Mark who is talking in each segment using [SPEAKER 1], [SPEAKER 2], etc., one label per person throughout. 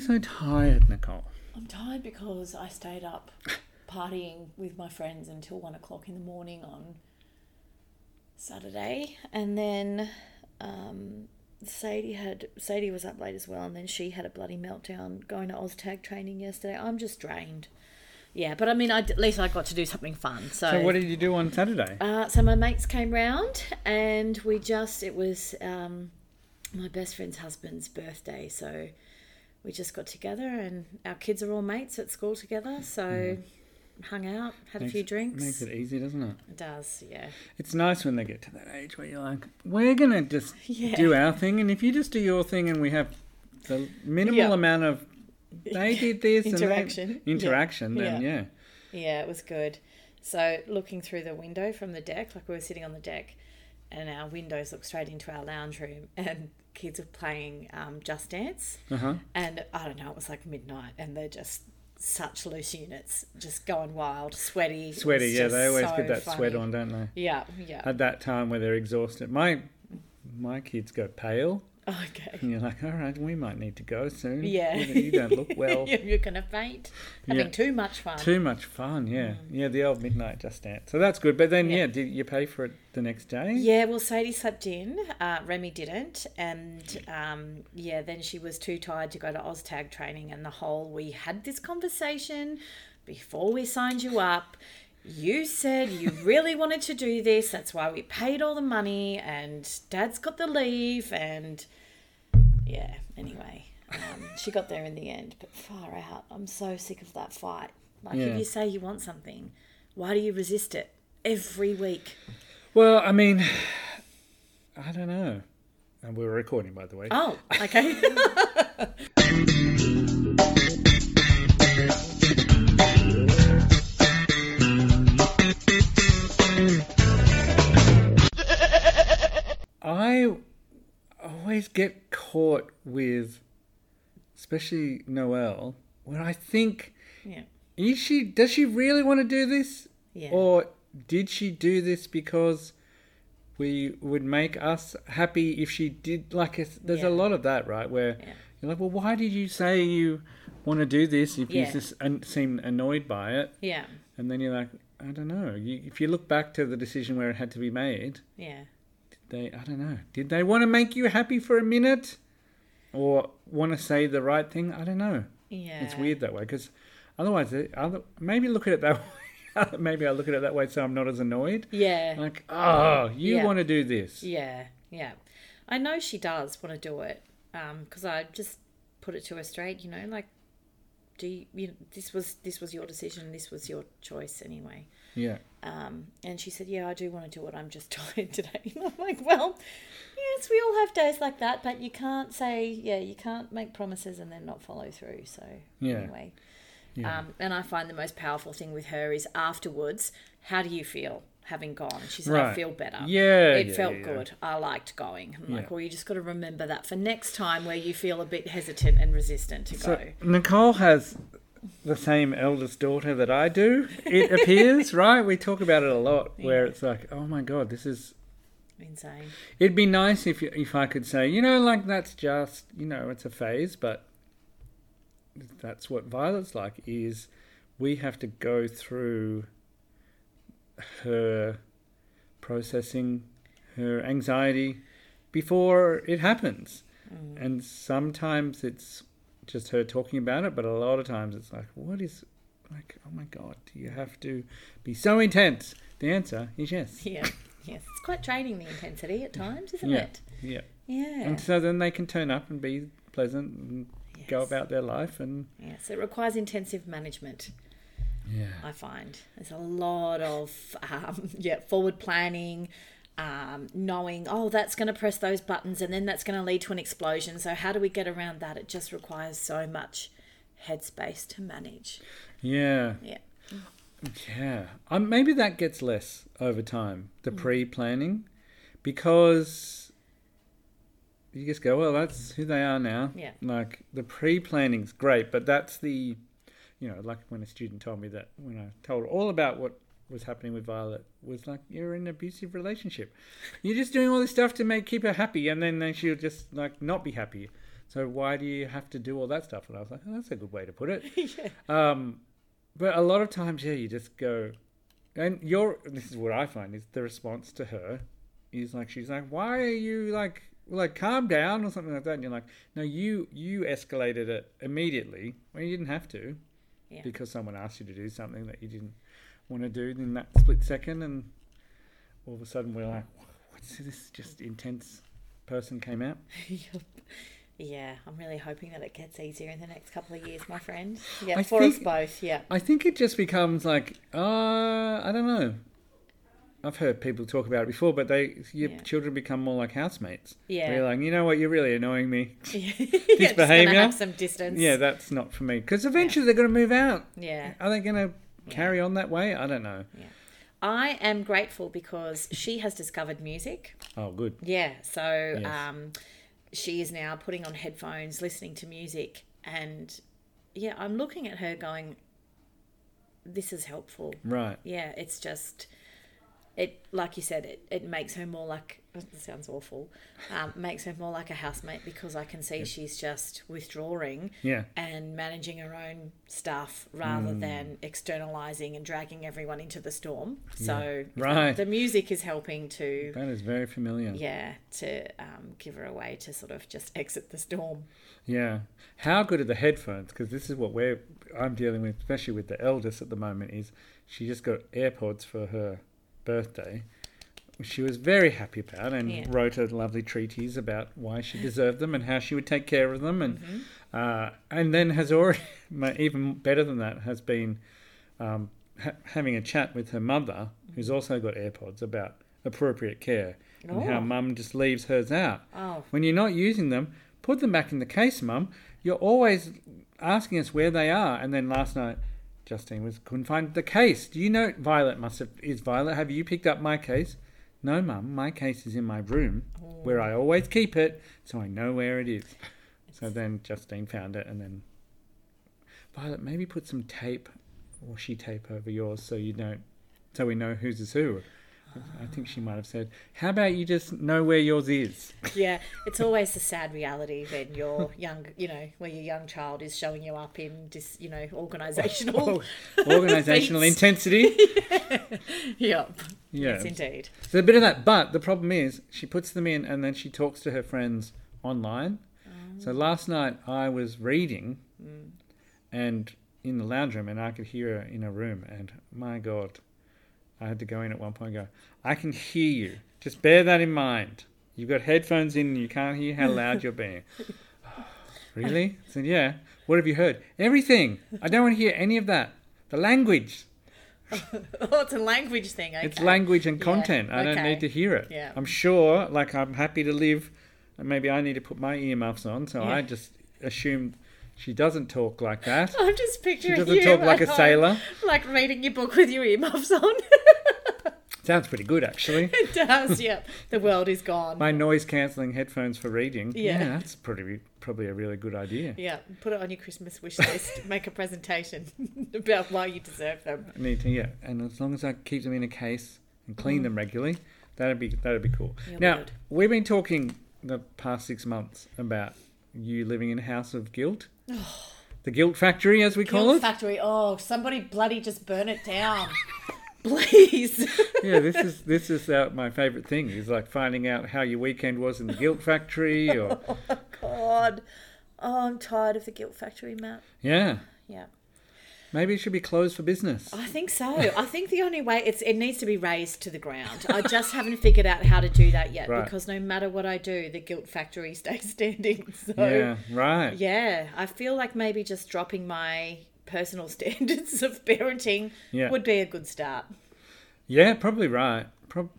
[SPEAKER 1] so tired, Nicole?
[SPEAKER 2] I'm tired because I stayed up partying with my friends until one o'clock in the morning on Saturday, and then um, Sadie had Sadie was up late as well, and then she had a bloody meltdown going to OzTag training yesterday. I'm just drained. Yeah, but I mean, I, at least I got to do something fun. So,
[SPEAKER 1] So, what did you do on Saturday?
[SPEAKER 2] uh, so my mates came round, and we just it was um, my best friend's husband's birthday, so we just got together, and our kids are all mates at school together, so hung out, had a few drinks.
[SPEAKER 1] Mm. Makes it easy, doesn't it?
[SPEAKER 2] It does, yeah.
[SPEAKER 1] It's nice when they get to that age where you're like, we're going to just
[SPEAKER 2] Yeah.
[SPEAKER 1] do our thing, and if you just do your thing and we have the minimal
[SPEAKER 2] Yeah.
[SPEAKER 1] amount of they did this and they-
[SPEAKER 2] Interaction. Yeah.
[SPEAKER 1] interaction, then
[SPEAKER 2] Yeah.
[SPEAKER 1] yeah.
[SPEAKER 2] Yeah, it was good. So looking through the window from the deck, like we were sitting on the deck, and our windows look straight into our lounge room, and kids were playing um, Just Dance,
[SPEAKER 1] Uh huh.
[SPEAKER 2] and I don't know, it was like midnight, and they're just such loose units, just going wild, sweaty, It
[SPEAKER 1] Sweaty,
[SPEAKER 2] was
[SPEAKER 1] yeah.
[SPEAKER 2] just
[SPEAKER 1] They always
[SPEAKER 2] so
[SPEAKER 1] get that sweat
[SPEAKER 2] funny.
[SPEAKER 1] on, don't they?
[SPEAKER 2] Yeah, yeah.
[SPEAKER 1] At that time where they're exhausted. My my kids go pale,
[SPEAKER 2] Okay.
[SPEAKER 1] and you're like, all right, we might need to go soon.
[SPEAKER 2] Yeah.
[SPEAKER 1] You, you don't look well.
[SPEAKER 2] You're gonna faint. Having
[SPEAKER 1] Yeah.
[SPEAKER 2] too much fun. Mm.
[SPEAKER 1] Too much fun, yeah. Yeah, the old midnight just dance. So that's good. But then,
[SPEAKER 2] Yeah.
[SPEAKER 1] yeah, did you pay for it the next day?
[SPEAKER 2] Yeah, well, Sadie slept in. Uh, Remy didn't, and um, yeah, then she was too tired to go to OzTag training. And the whole we had this conversation before we signed you up. You said you really wanted to do this. That's why we paid all the money, and Dad's got the leave, and yeah. Anyway, um, she got there in the end, but far out. I'm so sick of that fight. Like,
[SPEAKER 1] Yeah.
[SPEAKER 2] if you say you want something, why do you resist it every week?
[SPEAKER 1] Well, I mean, I don't know. And we were recording, by the way.
[SPEAKER 2] Oh, okay.
[SPEAKER 1] I always get caught with, especially Noelle, where I think,
[SPEAKER 2] yeah.
[SPEAKER 1] is she, does she really want to do this?
[SPEAKER 2] Yeah.
[SPEAKER 1] Or did she do this because we would make us happy if she did? Like, it's, there's
[SPEAKER 2] Yeah.
[SPEAKER 1] a lot of that, right? Where
[SPEAKER 2] Yeah.
[SPEAKER 1] you're like, well, why did you say you want to do this if
[SPEAKER 2] Yeah.
[SPEAKER 1] you just un- seem annoyed by it?
[SPEAKER 2] Yeah.
[SPEAKER 1] And then you're like, I don't know. You, if you look back to the decision where it had to be made,
[SPEAKER 2] Yeah.
[SPEAKER 1] they, I don't know. Did they want to make you happy for a minute? Or want to say the right thing? I don't know.
[SPEAKER 2] Yeah.
[SPEAKER 1] It's weird that way because otherwise, it- other, maybe look at it that way. maybe I look at it that way so I'm not as annoyed.
[SPEAKER 2] Yeah.
[SPEAKER 1] Like, oh, you
[SPEAKER 2] Yeah.
[SPEAKER 1] want to do this.
[SPEAKER 2] Yeah. Yeah. I know she does want to do it because I just put it to her straight, you know, like, do you, you this was this was your decision this was your choice anyway
[SPEAKER 1] Yeah.
[SPEAKER 2] um, and she said yeah i do want to do it i'm just tired today and i'm like well yes we all have days like that but you can't say yeah you can't make promises and then not follow through so
[SPEAKER 1] Yeah.
[SPEAKER 2] anyway
[SPEAKER 1] Yeah.
[SPEAKER 2] Um, and I find the most powerful thing with her is afterwards, how do you feel having gone? She said, I
[SPEAKER 1] Right.
[SPEAKER 2] feel better.
[SPEAKER 1] Yeah,
[SPEAKER 2] Oh. It
[SPEAKER 1] yeah,
[SPEAKER 2] felt
[SPEAKER 1] yeah.
[SPEAKER 2] good. I liked going. I'm
[SPEAKER 1] Yeah.
[SPEAKER 2] like, well, you just got to remember that for next time where you feel a bit hesitant and resistant to
[SPEAKER 1] So
[SPEAKER 2] go.
[SPEAKER 1] Nicole has the same eldest daughter that I do. It appears, right? We talk about it a lot, where it's like, oh my god, this is.
[SPEAKER 2] Insane.
[SPEAKER 1] It'd be nice if if I could say, you know, like that's just, you know, it's a phase, but that's what Violet's like. Is we have to go through her processing her anxiety before it happens. And sometimes it's just her talking about it, but a lot of times it's like, what is, like, oh my God, do you have to be so intense? The answer is yes.
[SPEAKER 2] Yeah. yes. It's quite draining, the intensity at times, isn't
[SPEAKER 1] Yeah.
[SPEAKER 2] it?
[SPEAKER 1] Yeah.
[SPEAKER 2] Yeah.
[SPEAKER 1] And so then they can turn up and be pleasant and go
[SPEAKER 2] Yes.
[SPEAKER 1] about their life. And
[SPEAKER 2] Yes. It requires intensive management.
[SPEAKER 1] yeah.
[SPEAKER 2] I find there's a lot of um, yeah forward planning, um, knowing oh that's going to press those buttons and then that's going to lead to an explosion. So how do we get around that? It just requires so much headspace to manage.
[SPEAKER 1] Yeah.
[SPEAKER 2] Yeah,
[SPEAKER 1] Yeah. Um, maybe that gets less over time, the pre planning, because you just go, well, that's who they are now.
[SPEAKER 2] Yeah.
[SPEAKER 1] Like the pre planning's great, but that's the, you know, like when a student told me that, when I told her all about what was happening with Violet, was like, you're in an abusive relationship. You're just doing all this stuff to make keep her happy, and then, then she'll just, like, not be happy. So why do you have to do all that stuff? And I was like, oh, that's a good way to put it. um, but a lot of times, yeah, you just go, and your this is what I find is the response to her is like she's like, why are you like like calm down or something like that? And you're like, no, you you escalated it immediately when you didn't have to,
[SPEAKER 2] Yeah.
[SPEAKER 1] because someone asked you to do something that you didn't want to do in that split second, and all of a sudden we're like, what's this? Just intense person came out.
[SPEAKER 2] Yep. Yeah, I'm really hoping that it gets easier in the next couple of years, my friend. Yeah,
[SPEAKER 1] I
[SPEAKER 2] for us
[SPEAKER 1] think-
[SPEAKER 2] both. Yeah.
[SPEAKER 1] I think it just becomes like, uh, I don't know. I've heard people talk about it before, but they your
[SPEAKER 2] Yeah.
[SPEAKER 1] children become more like housemates.
[SPEAKER 2] Yeah.
[SPEAKER 1] they're like, you know what, you're really annoying me.
[SPEAKER 2] yeah, just gonna
[SPEAKER 1] behaviour?
[SPEAKER 2] have some distance.
[SPEAKER 1] Yeah, that's not for me. Because eventually they're going to move out.
[SPEAKER 2] Yeah.
[SPEAKER 1] Are they going to carry on that way? I don't know.
[SPEAKER 2] I am grateful because she has discovered music.
[SPEAKER 1] Oh, good.
[SPEAKER 2] Yeah. So
[SPEAKER 1] Yes.
[SPEAKER 2] um, she is now putting on headphones, listening to music. And yeah, I'm looking at her going, this is helpful.
[SPEAKER 1] Right.
[SPEAKER 2] Yeah, it's just. It, like you said, it, it makes her more like, it sounds awful, um, makes her more like a housemate because I can see she's just withdrawing
[SPEAKER 1] Yeah.
[SPEAKER 2] and managing her own stuff rather
[SPEAKER 1] Mm.
[SPEAKER 2] than externalizing and dragging everyone into the storm. So
[SPEAKER 1] Right.
[SPEAKER 2] the music is helping to
[SPEAKER 1] That is very familiar.
[SPEAKER 2] yeah to um, give her a way to sort of just exit the storm.
[SPEAKER 1] Yeah. How good are the headphones? Because this is what we're I'm dealing with, especially with the eldest at the moment. Is she just got AirPods for her birthday? which She was very happy about and
[SPEAKER 2] Yeah.
[SPEAKER 1] wrote a lovely treatise about why she deserved them and how she would take care of them and
[SPEAKER 2] Mm-hmm.
[SPEAKER 1] uh, and then has already my- even better than that has been um, ha- having a chat with her mother who's also got AirPods about appropriate care and how
[SPEAKER 2] Oh.
[SPEAKER 1] mum just leaves hers out
[SPEAKER 2] Oh
[SPEAKER 1] when you're not using them, put them back in the case, Mum. You're always asking us where they are. And then last night, Justine was couldn't find the case. Do you know Violet must have is Violet? Have you picked up my case? No, Mum. My case is in my room where I always keep it, so I know where it is. So then Justine found it, and then Violet maybe put some tape or she tape over yours so you don't so we know whose is who. I think she might have said, "How about you just know where yours is?"
[SPEAKER 2] yeah, it's always the sad reality when your young you know where your young child is showing you up in dis, you know organizational
[SPEAKER 1] Oh, organizational
[SPEAKER 2] feats.
[SPEAKER 1] intensity.
[SPEAKER 2] Yep.
[SPEAKER 1] Oh. Yeah.
[SPEAKER 2] Yes, indeed.
[SPEAKER 1] So a bit of that, but the problem is she puts them in and then she talks to her friends online. So last night I was reading and in the lounge room and I could hear her in a room and my god I had to go in at one point and go, I can hear you. Just bear that in mind. You've got headphones in and you can't hear how loud you're being. really? I said, yeah. What have you heard? Everything. I don't want to hear any of that. The language.
[SPEAKER 2] Oh, it's a language thing. Okay.
[SPEAKER 1] It's language and
[SPEAKER 2] Yeah,
[SPEAKER 1] content. I don't
[SPEAKER 2] okay.
[SPEAKER 1] need to hear it.
[SPEAKER 2] Yeah.
[SPEAKER 1] I'm sure, like, I'm happy to live, and maybe I need to put my earmuffs on, so I
[SPEAKER 2] Yeah.
[SPEAKER 1] just assumed she doesn't talk like that.
[SPEAKER 2] I'm just picturing
[SPEAKER 1] doesn't
[SPEAKER 2] you
[SPEAKER 1] talk
[SPEAKER 2] at
[SPEAKER 1] like a
[SPEAKER 2] home,
[SPEAKER 1] sailor.
[SPEAKER 2] like reading your book with your earmuffs on.
[SPEAKER 1] Sounds pretty good, actually.
[SPEAKER 2] it does. Yep, the world is gone.
[SPEAKER 1] My noise cancelling headphones for reading.
[SPEAKER 2] Yeah.
[SPEAKER 1] that's pretty, probably a really good idea.
[SPEAKER 2] yeah, put it on your Christmas wish list. Make a presentation about why you deserve them.
[SPEAKER 1] I need to, yeah. And as long as I keep them in a case and clean
[SPEAKER 2] Mm.
[SPEAKER 1] them regularly, that'd be that'd be cool.
[SPEAKER 2] You'll be
[SPEAKER 1] now
[SPEAKER 2] good.
[SPEAKER 1] we've been talking the past six months about you living in a house of guilt,
[SPEAKER 2] Oh.
[SPEAKER 1] the guilt factory, as we call
[SPEAKER 2] Guild
[SPEAKER 1] it.
[SPEAKER 2] factory. Oh, somebody bloody just burn it down, please.
[SPEAKER 1] yeah, this is this is uh, my favourite thing. Is like finding out how your weekend was in the guilt factory, or
[SPEAKER 2] God. Oh, I'm tired of the guilt factory, Matt.
[SPEAKER 1] yeah,
[SPEAKER 2] Yeah.
[SPEAKER 1] maybe it should be closed for business.
[SPEAKER 2] I think so. I think the only way it's it needs to be raised to the ground. I just haven't figured out how to do that yet
[SPEAKER 1] Right.
[SPEAKER 2] because no matter what I do, the guilt factory stays standing. So
[SPEAKER 1] Yeah, right.
[SPEAKER 2] yeah, I feel like maybe just dropping my personal standards of parenting
[SPEAKER 1] Yeah.
[SPEAKER 2] would be a good start.
[SPEAKER 1] Yeah, probably right. Prob-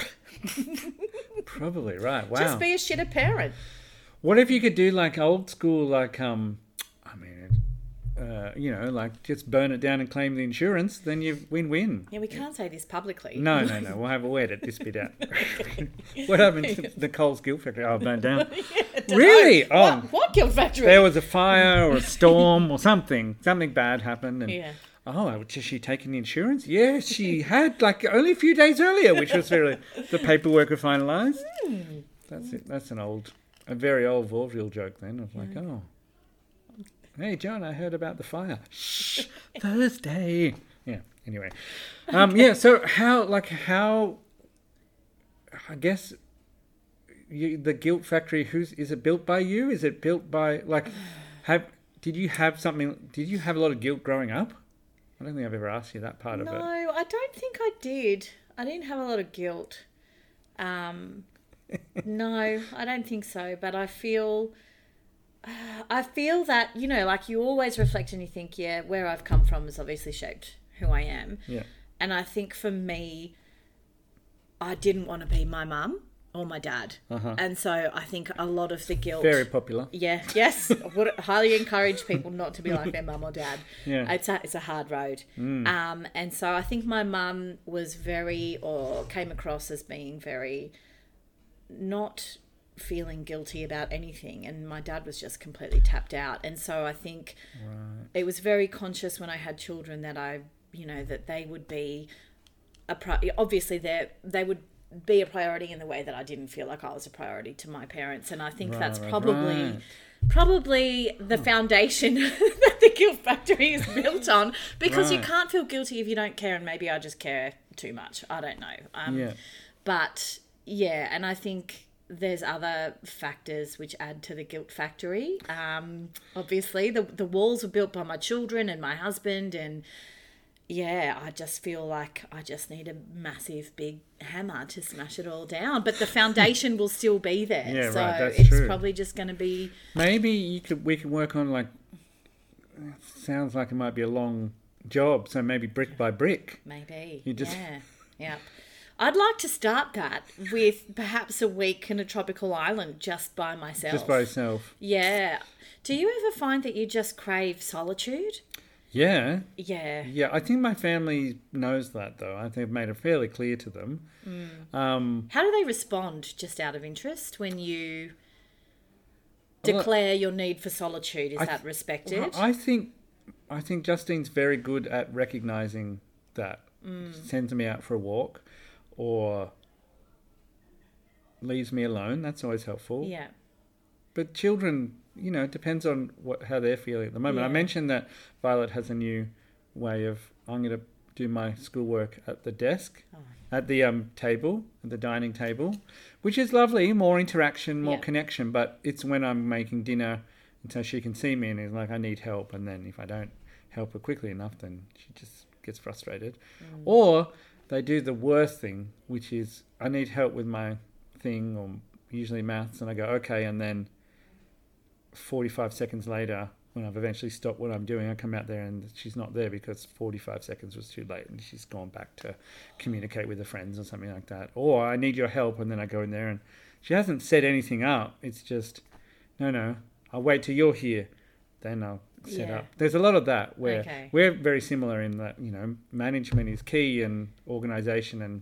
[SPEAKER 1] probably right. Wow.
[SPEAKER 2] Just be a shitter parent.
[SPEAKER 1] What if you could do like old school, like um, I mean, uh, you know, like just burn it down and claim the insurance, then you win-win.
[SPEAKER 2] Yeah, we can't say this publicly.
[SPEAKER 1] No, no, no. We'll have a word at this bit out. what happened to the Coles Guilt Factory? Oh, burned down. really? Oh,
[SPEAKER 2] What, what guilt factory?
[SPEAKER 1] there was a fire or a storm or something. Something bad happened, and
[SPEAKER 2] Yeah.
[SPEAKER 1] oh, has she taken the insurance? Yes, she had like only a few days earlier, which was really the paperwork were finalised. That's it. That's an old a very old vaudeville joke then of like, oh, hey, John, I heard about the fire. Shh, Thursday. Yeah. Anyway, um, yeah. So how, like, how? I guess you, the guilt factory. Who's is it built by you? Is it built by like? Have did you have something? Did you have a lot of guilt growing up? I don't think I've ever asked you that part
[SPEAKER 2] no,
[SPEAKER 1] of it.
[SPEAKER 2] I don't think I did. I didn't have a lot of guilt. Um, no, I don't think so. But I feel, uh, I feel that you know, like you always reflect and you think, yeah, where I've come from has obviously shaped who I am.
[SPEAKER 1] Yeah.
[SPEAKER 2] And I think for me, I didn't want to be my mum or my dad,
[SPEAKER 1] Uh-huh.
[SPEAKER 2] and so I think a lot of the guilt.
[SPEAKER 1] Very popular.
[SPEAKER 2] Yeah. Yes. I would highly encourage people not to be like their mum or dad.
[SPEAKER 1] Yeah. Mm.
[SPEAKER 2] It's a it's a hard road. Um, and so I think my mum was very or came across as being very not feeling guilty about anything and my dad was just completely tapped out and so i think it was very conscious when i had children that i you know that they would be a pri- obviously they they would be a priority in the way that I didn't feel like I was a priority to my parents and I think
[SPEAKER 1] Right,
[SPEAKER 2] that's
[SPEAKER 1] right,
[SPEAKER 2] probably
[SPEAKER 1] right.
[SPEAKER 2] probably the
[SPEAKER 1] Hmm.
[SPEAKER 2] foundation that the guilt factory is built on because you
[SPEAKER 1] Right.
[SPEAKER 2] can't feel guilty if you don't care and maybe I just care too much I don't know um,
[SPEAKER 1] Yeah.
[SPEAKER 2] but yeah and I think there's other factors which add to the guilt factory um, obviously the the walls were built by my children and my husband and yeah, I just feel like I just need a massive big hammer to smash it all down. But the foundation will still be there.
[SPEAKER 1] Yeah,
[SPEAKER 2] so
[SPEAKER 1] right, that's
[SPEAKER 2] it's
[SPEAKER 1] true.
[SPEAKER 2] probably just going to be.
[SPEAKER 1] Maybe you could we could work on like sounds like it might be a long job, so maybe brick by brick.
[SPEAKER 2] Maybe.
[SPEAKER 1] You just-
[SPEAKER 2] Yeah. Yep. I'd like to start that with perhaps a week in a tropical island just by myself.
[SPEAKER 1] Just by yourself.
[SPEAKER 2] Yeah. Do you ever find that you just crave solitude?
[SPEAKER 1] Yeah.
[SPEAKER 2] Yeah.
[SPEAKER 1] Yeah. I think my family knows that though. I think I've made it fairly clear to them. Um
[SPEAKER 2] How do they respond, just out of interest, when you
[SPEAKER 1] Well,
[SPEAKER 2] declare your need for solitude? Is
[SPEAKER 1] I-
[SPEAKER 2] that respected?
[SPEAKER 1] I think I think Justine's very good at recognizing that. She sends me out for a walk or leaves me alone. That's always helpful.
[SPEAKER 2] yeah.
[SPEAKER 1] but children, you know, it depends on what how they're feeling at the moment. I
[SPEAKER 2] Yeah.
[SPEAKER 1] mentioned that Violet has a new way of I'm going to do my schoolwork at the desk,
[SPEAKER 2] Oh.
[SPEAKER 1] at the um, table, at the dining table, which is lovely. More interaction, more
[SPEAKER 2] Yeah.
[SPEAKER 1] connection. But it's when I'm making dinner, and so she can see me and is like, I need help. And then if I don't help her quickly enough, then she just gets frustrated.
[SPEAKER 2] Mm.
[SPEAKER 1] Or they do the worst thing, which is I need help with my thing or usually maths, and I go okay, and then 45 seconds later, when I've eventually stopped what I'm doing, I come out there and she's not there because 45 seconds was too late and she's gone back to communicate with her friends or something like that. Or I need your help, and then I go in there and she hasn't set anything up. It's just, no, no, I'll wait till you're here, then I'll set
[SPEAKER 2] Yeah.
[SPEAKER 1] up. There's a lot of that where
[SPEAKER 2] Okay.
[SPEAKER 1] we're very similar in that, you know, management is key and organization and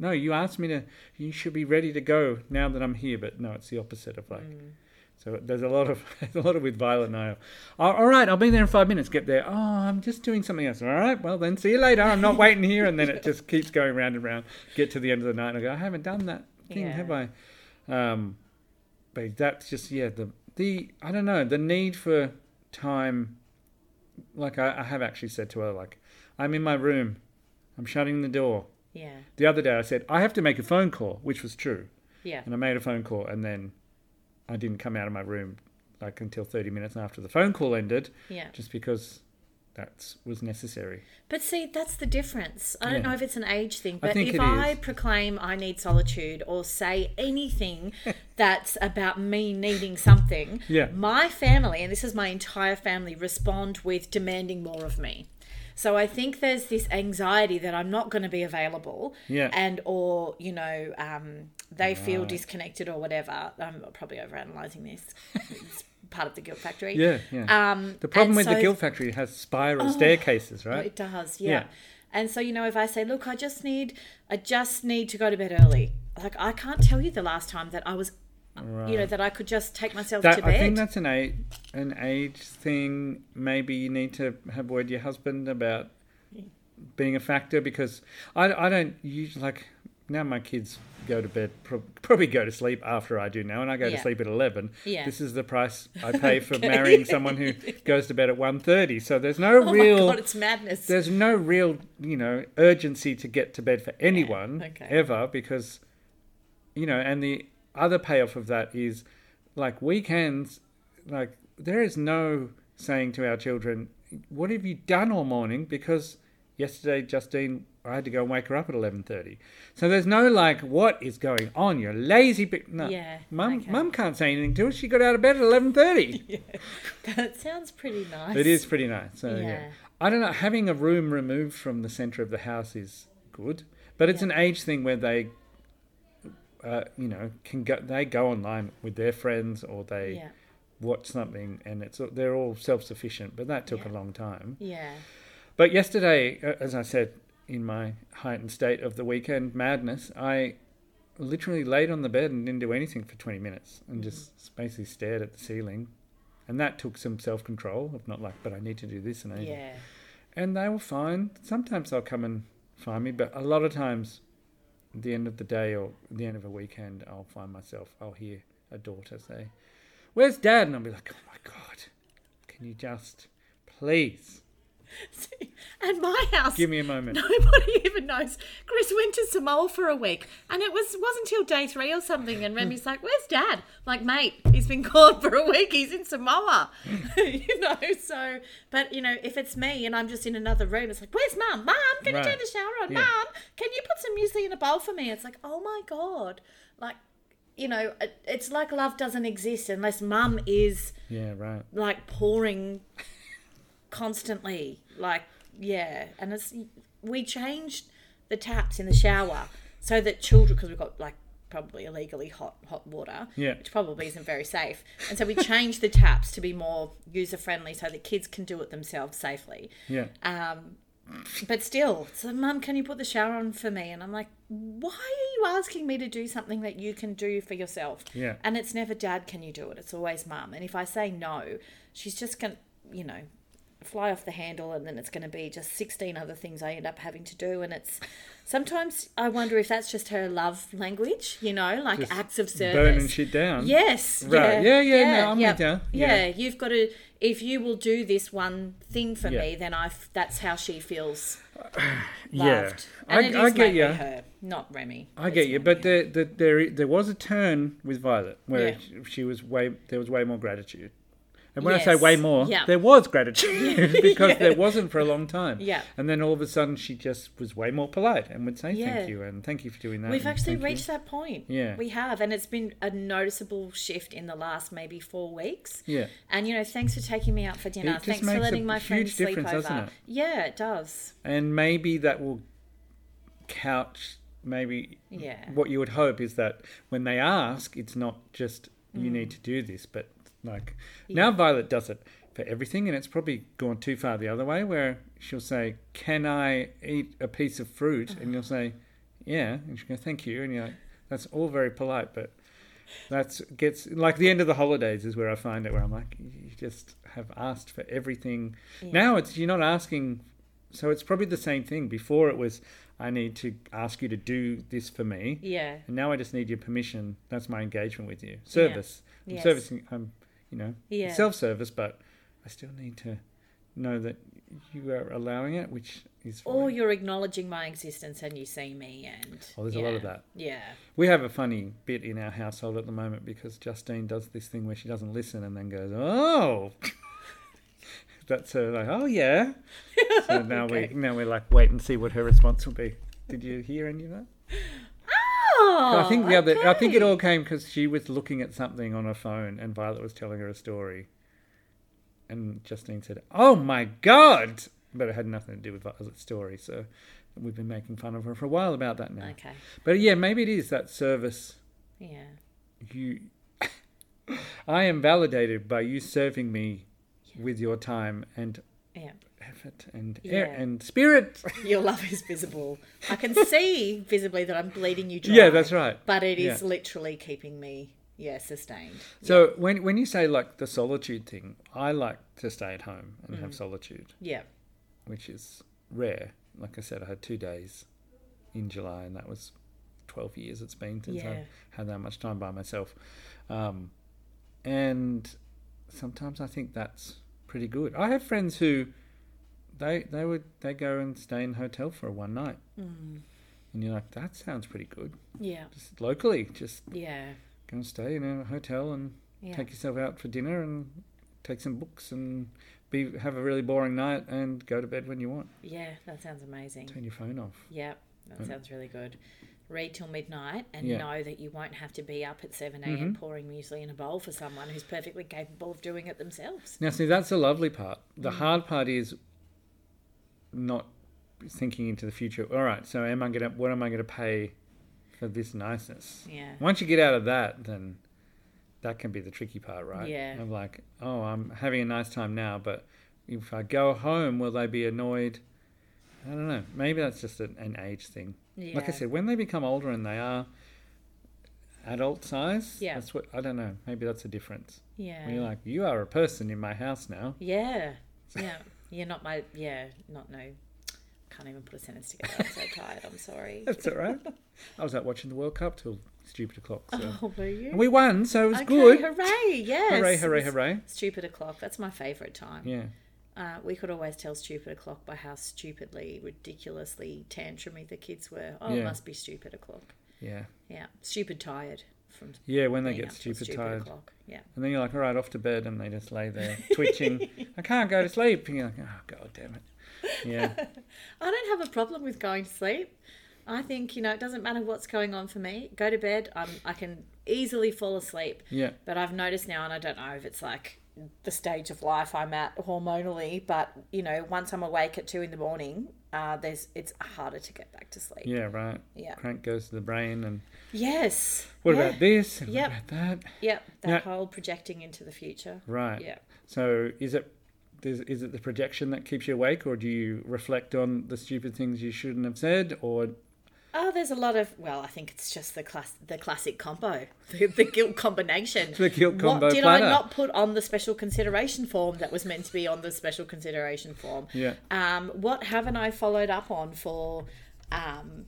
[SPEAKER 1] no, you asked me to, you should be ready to go now that I'm here, but no, it's the opposite of like,
[SPEAKER 2] Mm.
[SPEAKER 1] so there's a lot of there's a lot of with Violet and I. "Oh, all right, I'll be there in five minutes. Get there. Oh, I'm just doing something else. All right, well then, see you later. I'm not waiting here. And then it just keeps going round and round. Get to the end of the night and I go, I haven't done that thing,
[SPEAKER 2] Yeah.
[SPEAKER 1] have I? Um, but that's just yeah. The the I don't know the need for time. Like I, I have actually said to her, like I'm in my room, I'm shutting the door.
[SPEAKER 2] Yeah.
[SPEAKER 1] The other day I said I have to make a phone call, which was true.
[SPEAKER 2] Yeah.
[SPEAKER 1] And I made a phone call, and then I didn't come out of my room like until 30 minutes after the phone call ended,
[SPEAKER 2] Yeah.
[SPEAKER 1] just because that was necessary.
[SPEAKER 2] But see, that's the difference. I don't
[SPEAKER 1] Yeah.
[SPEAKER 2] know if it's an age thing,
[SPEAKER 1] I
[SPEAKER 2] but
[SPEAKER 1] think
[SPEAKER 2] if
[SPEAKER 1] it
[SPEAKER 2] I
[SPEAKER 1] is.
[SPEAKER 2] proclaim I need solitude or say anything that's about me needing something,
[SPEAKER 1] Yeah.
[SPEAKER 2] my family, and this is my entire family, respond with demanding more of me. So I think there's this anxiety that I'm not going to be available,
[SPEAKER 1] Yeah.
[SPEAKER 2] and or you know um, they feel disconnected or whatever. I'm probably overanalyzing this. it's part of the guilt factory.
[SPEAKER 1] Yeah, yeah.
[SPEAKER 2] Um,
[SPEAKER 1] the problem
[SPEAKER 2] and
[SPEAKER 1] with the
[SPEAKER 2] so- Oh,
[SPEAKER 1] guild factory it has spiral staircases, right?
[SPEAKER 2] it does, yeah.
[SPEAKER 1] Yeah.
[SPEAKER 2] And so you know, if I say, "Look, I just need, I just need to go to bed early," like I can't tell you the last time that I was, you know,
[SPEAKER 1] Right.
[SPEAKER 2] that I could just take myself to
[SPEAKER 1] That,
[SPEAKER 2] bed.
[SPEAKER 1] I think that's an age, an age thing. Maybe you need to have a word with your husband about being a factor because I, I don't usually like now my kids go to bed, pro- probably go to sleep after I do now, and I go
[SPEAKER 2] Yeah.
[SPEAKER 1] to sleep at eleven.
[SPEAKER 2] Yeah.
[SPEAKER 1] This is the price I pay for marrying someone who goes to bed at 1.30. So there's no
[SPEAKER 2] Oh
[SPEAKER 1] real,
[SPEAKER 2] my god, it's madness.
[SPEAKER 1] there's no real, you know, urgency to get to bed for anyone
[SPEAKER 2] okay.
[SPEAKER 1] ever because, you know, and the other payoff of that is, like weekends, like there is no saying to our children, "What have you done all morning?" Because yesterday, Justine, I had to go and wake her up at eleven thirty. So there's no like, "What is going on? You're lazy." Bit. No,
[SPEAKER 2] Yeah,
[SPEAKER 1] mum,
[SPEAKER 2] okay.
[SPEAKER 1] mum can't say anything to us. She got out of bed at eleven thirty.
[SPEAKER 2] that sounds pretty nice.
[SPEAKER 1] It is pretty nice. So yeah.
[SPEAKER 2] Yeah.
[SPEAKER 1] I don't know. Having a room removed from the center of the house is good, but it's
[SPEAKER 2] Yeah.
[SPEAKER 1] an age thing where they, uh, you know, can go. They go online with their friends, or they
[SPEAKER 2] Yeah.
[SPEAKER 1] watch something, and it's they're all self-sufficient. But that took a
[SPEAKER 2] Yeah.
[SPEAKER 1] long time.
[SPEAKER 2] Yeah.
[SPEAKER 1] But yesterday, uh, as I said, in my heightened state of the weekend madness, I literally laid on the bed and didn't do anything for 20 minutes and just basically stared at the ceiling. And that took some self control of not like, but I need to do this and I.
[SPEAKER 2] Yeah.
[SPEAKER 1] And they were fine. Sometimes they'll come and find me, but a lot of times, at the end of the day or the end of a weekend, I'll find myself, I'll hear a daughter say, Where's dad? And I'll be like, Oh my God, can you just please
[SPEAKER 2] And my house.
[SPEAKER 1] give me a moment?
[SPEAKER 2] Nobody even knows. Chris went to Samoa for a week, and it was wasn't till day three or something. And Remy's like, "Where's Dad?" I'm like, mate, he's been gone for a week. He's in Samoa, you know. So, but you know, if it's me and I'm just in another room, it's like, "Where's Mum? Mum, can you turn
[SPEAKER 1] Right.
[SPEAKER 2] the shower on?
[SPEAKER 1] Yeah.
[SPEAKER 2] Mum, can you put some muesli in a bowl for me?" It's like, "Oh my god!" Like, you know, it- it's like love doesn't exist unless Mum is
[SPEAKER 1] Yeah, right.
[SPEAKER 2] like pouring constantly like yeah and it's we changed the taps in the shower so that children because we've got like probably illegally hot hot water
[SPEAKER 1] Yeah.
[SPEAKER 2] which probably isn't very safe and so we changed the taps to be more user friendly so that kids can do it themselves safely
[SPEAKER 1] Yeah.
[SPEAKER 2] um but still so mum can you put the shower on for me and i'm like why are you asking me to do something that you can do for yourself
[SPEAKER 1] Yeah.
[SPEAKER 2] and it's never dad can you do it it's always mum and if i say no she's just gonna you know fly off the handle and then it's going to be just 16 other things i end up having to do and it's sometimes i wonder if that's just her love language you know like
[SPEAKER 1] Just
[SPEAKER 2] acts of service
[SPEAKER 1] Burning shit down.
[SPEAKER 2] Yes.
[SPEAKER 1] Right.
[SPEAKER 2] Yeah.
[SPEAKER 1] Yeah, yeah, no, I'm with ya.
[SPEAKER 2] Yeah.
[SPEAKER 1] Yeah.
[SPEAKER 2] You've got to. If you will do this one thing for
[SPEAKER 1] Yeah.
[SPEAKER 2] me, then I. f- That's how she feels
[SPEAKER 1] Yeah.
[SPEAKER 2] loved.
[SPEAKER 1] I,
[SPEAKER 2] And it is
[SPEAKER 1] I get
[SPEAKER 2] mainly
[SPEAKER 1] you.
[SPEAKER 2] Her, not Remy.
[SPEAKER 1] I get
[SPEAKER 2] It's
[SPEAKER 1] you.
[SPEAKER 2] mainly
[SPEAKER 1] But
[SPEAKER 2] her.
[SPEAKER 1] there, there, there, there was a turn with Violet where
[SPEAKER 2] Yeah.
[SPEAKER 1] she- she was way. There was way more gratitude. And when I say
[SPEAKER 2] Yes.
[SPEAKER 1] way more,
[SPEAKER 2] Yeah.
[SPEAKER 1] there was gratitude because there wasn't for a long time.
[SPEAKER 2] Yeah.
[SPEAKER 1] And then all of a sudden, she just was way more polite and would say
[SPEAKER 2] Yeah.
[SPEAKER 1] thank you and thank you for doing that.
[SPEAKER 2] We've
[SPEAKER 1] and
[SPEAKER 2] actually
[SPEAKER 1] thank you."
[SPEAKER 2] reached that point.
[SPEAKER 1] Yeah.
[SPEAKER 2] We have. And it's been a noticeable shift in the last maybe four weeks.
[SPEAKER 1] Yeah.
[SPEAKER 2] And, you know, thanks for taking me out for dinner.
[SPEAKER 1] just
[SPEAKER 2] Thanks
[SPEAKER 1] makes
[SPEAKER 2] for
[SPEAKER 1] a
[SPEAKER 2] letting my
[SPEAKER 1] huge
[SPEAKER 2] friends sleep
[SPEAKER 1] difference,
[SPEAKER 2] over.
[SPEAKER 1] doesn't it?
[SPEAKER 2] Yeah, it does.
[SPEAKER 1] And maybe that will couch maybe
[SPEAKER 2] Yeah.
[SPEAKER 1] what you would hope is that when they ask, it's not just you need to do this, but like now Violet does it for everything, and it's probably gone too far the other way where she'll say, "Can I eat a piece of fruit?" and you'll say, "Yeah," and she'll go, "Thank you," and you're like, "That's all very polite, but." That's gets like the end of the holidays is where I find it where I'm like you just have asked for everything. Now it's you're not asking so it's probably the same thing. Before it was I need to ask you to do this for me.
[SPEAKER 2] Yeah.
[SPEAKER 1] And now I just need your permission. That's my engagement with you. Service. I'm
[SPEAKER 2] Yes.
[SPEAKER 1] servicing. I'm, you know,
[SPEAKER 2] Yeah.
[SPEAKER 1] self-service, but I still need to know that you are allowing it, which is fine.
[SPEAKER 2] Or you're acknowledging my existence and you see me and.
[SPEAKER 1] Oh, there's a lot of
[SPEAKER 2] yeah.
[SPEAKER 1] that.
[SPEAKER 2] Yeah.
[SPEAKER 1] We have a funny bit in our household at the moment because Justine does this thing where she doesn't listen and then goes, "Oh." That's her like, "Oh yeah." So now
[SPEAKER 2] Okay.
[SPEAKER 1] we now we're like, wait and see what her response will be. Did you hear any of that?
[SPEAKER 2] Oh,
[SPEAKER 1] I think the other. I think it all came because she was looking at something on her phone, and Violet was telling her a story. And Justine said, "Oh my god!" But it had nothing to do with Violet's story. So we've been making fun of her for a while about that now.
[SPEAKER 2] Okay.
[SPEAKER 1] But yeah, maybe it is that service.
[SPEAKER 2] Yeah.
[SPEAKER 1] You, I am validated by you serving me with your time and
[SPEAKER 2] Yeah.
[SPEAKER 1] effort and air
[SPEAKER 2] Yeah.
[SPEAKER 1] and spirit.
[SPEAKER 2] Your love is visible. I can see visibly that I'm bleeding you dry.
[SPEAKER 1] yeah, that's right.
[SPEAKER 2] But it is
[SPEAKER 1] Yeah.
[SPEAKER 2] literally keeping me, yeah, sustained.
[SPEAKER 1] So when when you say like the solitude thing, I like to stay at home and have solitude,
[SPEAKER 2] Yeah.
[SPEAKER 1] which is rare. Like I said, I had two days in July, and that was 12 years it's been since
[SPEAKER 2] Yeah.
[SPEAKER 1] I've had that much time by myself. Um, and sometimes I think that's pretty good. I have friends who they they would they go and stay in a hotel for one night. And you're like, that sounds pretty good.
[SPEAKER 2] Yeah.
[SPEAKER 1] Just locally, just
[SPEAKER 2] Yeah.
[SPEAKER 1] go and stay in a hotel and
[SPEAKER 2] Yeah.
[SPEAKER 1] take yourself out for dinner and take some books and be have a really boring night and go to bed when you want.
[SPEAKER 2] Yeah. That sounds amazing.
[SPEAKER 1] Turn your phone off.
[SPEAKER 2] Yeah. That sounds really good. Read till midnight and
[SPEAKER 1] Yeah. Mm-hmm.
[SPEAKER 2] know that you won't have to be up at 7 a.m. pouring muesli in a bowl for someone who's perfectly capable of doing it themselves.
[SPEAKER 1] Now, see, that's the lovely part. The
[SPEAKER 2] Mm.
[SPEAKER 1] hard part is not thinking into the future. All right, so am I gonna? What am I gonna pay for this niceness?
[SPEAKER 2] Yeah.
[SPEAKER 1] Once you get out of that, then that can be the tricky part, right?
[SPEAKER 2] Yeah.
[SPEAKER 1] Of like, oh, I'm having a nice time now, but if I go home, will they be annoyed? I don't know. Maybe that's just an, an age thing.
[SPEAKER 2] Yeah.
[SPEAKER 1] Like I said, when they become older and they are adult size,
[SPEAKER 2] Yeah.
[SPEAKER 1] that's what I don't know. Maybe that's a difference. When you're
[SPEAKER 2] Yeah.
[SPEAKER 1] like, you are a person in my house now.
[SPEAKER 2] Yeah. Yeah. You're not my. Yeah. Not no. Can't even put a sentence together. I'm so tired. I'm sorry.
[SPEAKER 1] That's all right. I was out watching the World Cup till stupid o'clock. So.
[SPEAKER 2] Oh, were you?
[SPEAKER 1] And we won, so it was
[SPEAKER 2] okay,
[SPEAKER 1] good.
[SPEAKER 2] Hooray! Yes.
[SPEAKER 1] Hooray, hooray, hooray.
[SPEAKER 2] Stupid o'clock. That's my favourite time.
[SPEAKER 1] Yeah.
[SPEAKER 2] Uh, we could always tell stupid o'clock by how stupidly, ridiculously tantrumy the kids were. Oh,
[SPEAKER 1] Yeah.
[SPEAKER 2] it must be stupid o'clock.
[SPEAKER 1] Yeah.
[SPEAKER 2] Yeah, stupid tired from.
[SPEAKER 1] Yeah, when they
[SPEAKER 2] being
[SPEAKER 1] get
[SPEAKER 2] up till
[SPEAKER 1] stupid, tired.
[SPEAKER 2] O'clock. Yeah,
[SPEAKER 1] And then you're like, all right, off to bed. And they just lay there twitching. I can't go to sleep. And you're like, oh, God damn it. Yeah.
[SPEAKER 2] I don't have a problem with going to sleep. I think you know it doesn't matter what's going on for me. Go to bed. I'm I can easily fall asleep.
[SPEAKER 1] Yeah.
[SPEAKER 2] But I've noticed now, and I don't know if it's like the stage of life I'm at hormonally, but you know, once I'm awake at two in the morning, uh, there's it's harder to get back to sleep.
[SPEAKER 1] Yeah, right.
[SPEAKER 2] Yeah.
[SPEAKER 1] Crank goes to the brain. And
[SPEAKER 2] Yes.
[SPEAKER 1] what
[SPEAKER 2] yeah.
[SPEAKER 1] about this? And what
[SPEAKER 2] Yep.
[SPEAKER 1] about that?
[SPEAKER 2] Yep. That
[SPEAKER 1] Yeah.
[SPEAKER 2] whole projecting into the future.
[SPEAKER 1] Right.
[SPEAKER 2] Yeah.
[SPEAKER 1] So is it. Is, is it the projection that keeps you awake, or do you reflect on the stupid things you shouldn't have said, or
[SPEAKER 2] Oh, there's a lot of well, I think it's just the class the classic combo, the, the guilt combination.
[SPEAKER 1] The guilt combo
[SPEAKER 2] What did
[SPEAKER 1] platter.
[SPEAKER 2] I not put on the special consideration form that was meant to be on the special consideration form?
[SPEAKER 1] Yeah.
[SPEAKER 2] Um, what haven't I followed up on for? Um,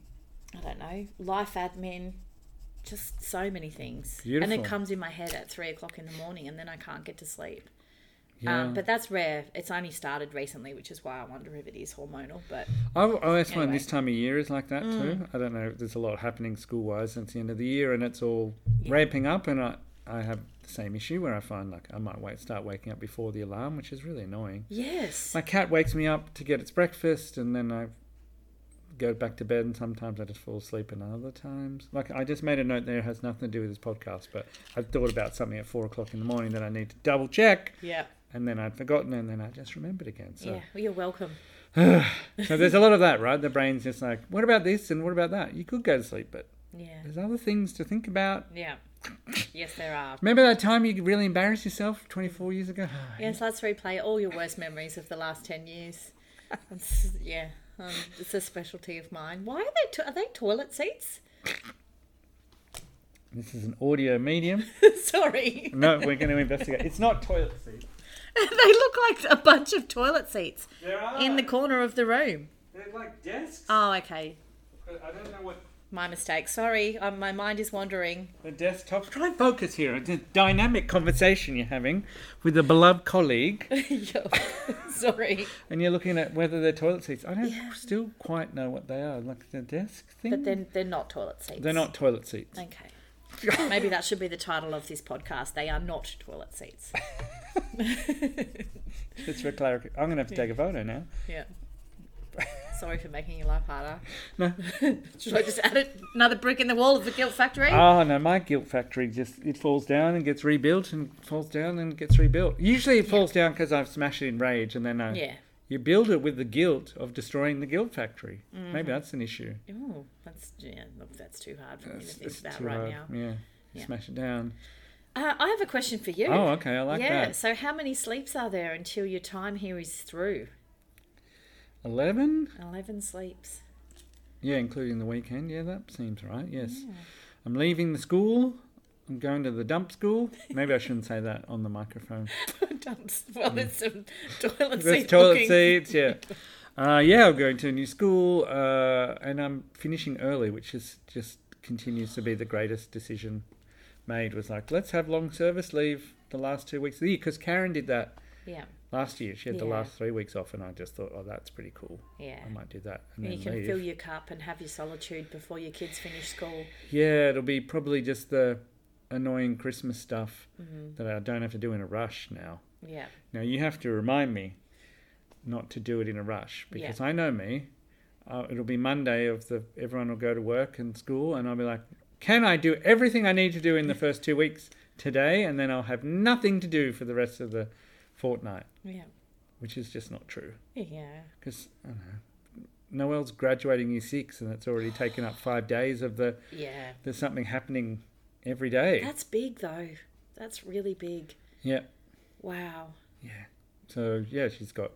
[SPEAKER 2] I don't know, life admin, just so many things. And
[SPEAKER 1] Beautiful.
[SPEAKER 2] it comes in my head at three o'clock in the morning, and then I can't get to sleep.
[SPEAKER 1] yeah.
[SPEAKER 2] Um, but that's rare. It's only started recently, which is why I wonder if it is hormonal. But
[SPEAKER 1] I I always find
[SPEAKER 2] Anyway. Mm.
[SPEAKER 1] this time of year is like that too. I don't know. There's a lot happening school wise since the end of the year, and it's all ramping up. And I, I have the same issue where I find like I might wait, start waking up before the alarm, which is really annoying.
[SPEAKER 2] yes,
[SPEAKER 1] My cat wakes me up to get its breakfast, and then I go back to bed. And sometimes I just fall asleep, and other times, like I just made a note there, it has nothing to do with this podcast, but I thought about something at four o'clock in the morning that I need to double check,
[SPEAKER 2] yeah,
[SPEAKER 1] and then I'd forgotten, and then I just remembered again. So.
[SPEAKER 2] yeah. Well, you're welcome.
[SPEAKER 1] So there's a lot of that, right? The brain's just like, what about this and what about that? You could go to sleep, but
[SPEAKER 2] Yeah.
[SPEAKER 1] there's other things to think about.
[SPEAKER 2] Yeah. Yes, there are.
[SPEAKER 1] Remember that time you really embarrassed yourself 24 years ago?
[SPEAKER 2] Yes, let's replay all your worst memories of the last 10 years. It's, yeah, um, it's a specialty of mine. Why are they, to- are they toilet seats?
[SPEAKER 1] This is an audio medium.
[SPEAKER 2] Sorry.
[SPEAKER 1] No, we're going to investigate. It's not toilet seat.
[SPEAKER 2] they look like a bunch of toilet seats
[SPEAKER 1] There are.
[SPEAKER 2] in the corner of the room.
[SPEAKER 1] They're like desks.
[SPEAKER 2] Oh, okay.
[SPEAKER 1] but I don't know what.
[SPEAKER 2] My mistake. Sorry, um, my mind is wandering.
[SPEAKER 1] The desktop. Try and focus here. It's a dynamic conversation you're having with a beloved colleague,
[SPEAKER 2] Yo, Sorry.
[SPEAKER 1] and you're looking at whether they're toilet seats. I don't still quite know what they are. Like the desk thing?
[SPEAKER 2] But then they're not toilet seats.
[SPEAKER 1] they're not toilet seats.
[SPEAKER 2] Okay. Maybe that should be the title of this podcast. They are not toilet seats.
[SPEAKER 1] Just for clarity, I'm going to have to take a photo now.
[SPEAKER 2] Yeah. Sorry for making your life harder.
[SPEAKER 1] No.
[SPEAKER 2] Should I just add it, another brick in the wall of the guilt factory?
[SPEAKER 1] Oh no, my guilt factory just it falls down and gets rebuilt and falls down and gets rebuilt. Usually it falls down because I've smashed it in rage and then I
[SPEAKER 2] yeah.
[SPEAKER 1] you build it with the guilt of destroying the guilt factory.
[SPEAKER 2] Mm-hmm.
[SPEAKER 1] Maybe that's an issue.
[SPEAKER 2] Oh, that's yeah. Look, that's too hard for me to think
[SPEAKER 1] It's
[SPEAKER 2] about
[SPEAKER 1] too
[SPEAKER 2] right
[SPEAKER 1] hard.
[SPEAKER 2] now.
[SPEAKER 1] Yeah. You
[SPEAKER 2] Yeah.
[SPEAKER 1] Smash it down.
[SPEAKER 2] Uh, I have a question for you.
[SPEAKER 1] Oh, okay, I like
[SPEAKER 2] yeah.
[SPEAKER 1] that.
[SPEAKER 2] So, how many sleeps are there until your time here is through?
[SPEAKER 1] Eleven?
[SPEAKER 2] Eleven sleeps.
[SPEAKER 1] Yeah, including the weekend. Yeah, that seems right. Yes. I'm leaving the school. I'm going to the dump school. Maybe I shouldn't say that on the microphone.
[SPEAKER 2] Dumps. Well, there's some toilet
[SPEAKER 1] Hmm. There's
[SPEAKER 2] seat
[SPEAKER 1] toilet
[SPEAKER 2] bookings.
[SPEAKER 1] seats, yeah. Uh, yeah, I'm going to a new school, uh, and I'm finishing early, which is just continues to be the greatest decision made was like, let's have long service leave the last two weeks of the year because Karen did that
[SPEAKER 2] Yeah.
[SPEAKER 1] last year. She had the
[SPEAKER 2] Yeah.
[SPEAKER 1] last three weeks off, and I just thought, oh, that's pretty cool.
[SPEAKER 2] Yeah.
[SPEAKER 1] I might do that. And
[SPEAKER 2] And
[SPEAKER 1] then
[SPEAKER 2] you can
[SPEAKER 1] leave.
[SPEAKER 2] fill your cup and have your solitude before your kids finish school.
[SPEAKER 1] Yeah, it'll be probably just the annoying Christmas stuff that I don't have to do in a rush now.
[SPEAKER 2] Mm-hmm. Yeah.
[SPEAKER 1] Now you have to remind me not to do it in a rush
[SPEAKER 2] Yeah.
[SPEAKER 1] because I know me. Uh, it'll be Monday of the everyone will go to work and school, and I'll be like, "Can I do everything I need to do in the first two weeks today?" And then I'll have nothing to do for the rest of the fortnight,
[SPEAKER 2] Yeah.
[SPEAKER 1] which is just not true.
[SPEAKER 2] Yeah.
[SPEAKER 1] Because I don't know, Noel's graduating year six, and it's already taken up five days of the.
[SPEAKER 2] Yeah.
[SPEAKER 1] There's something happening every day.
[SPEAKER 2] That's big though. That's really big.
[SPEAKER 1] yeah.
[SPEAKER 2] Wow.
[SPEAKER 1] Yeah. So yeah, she's got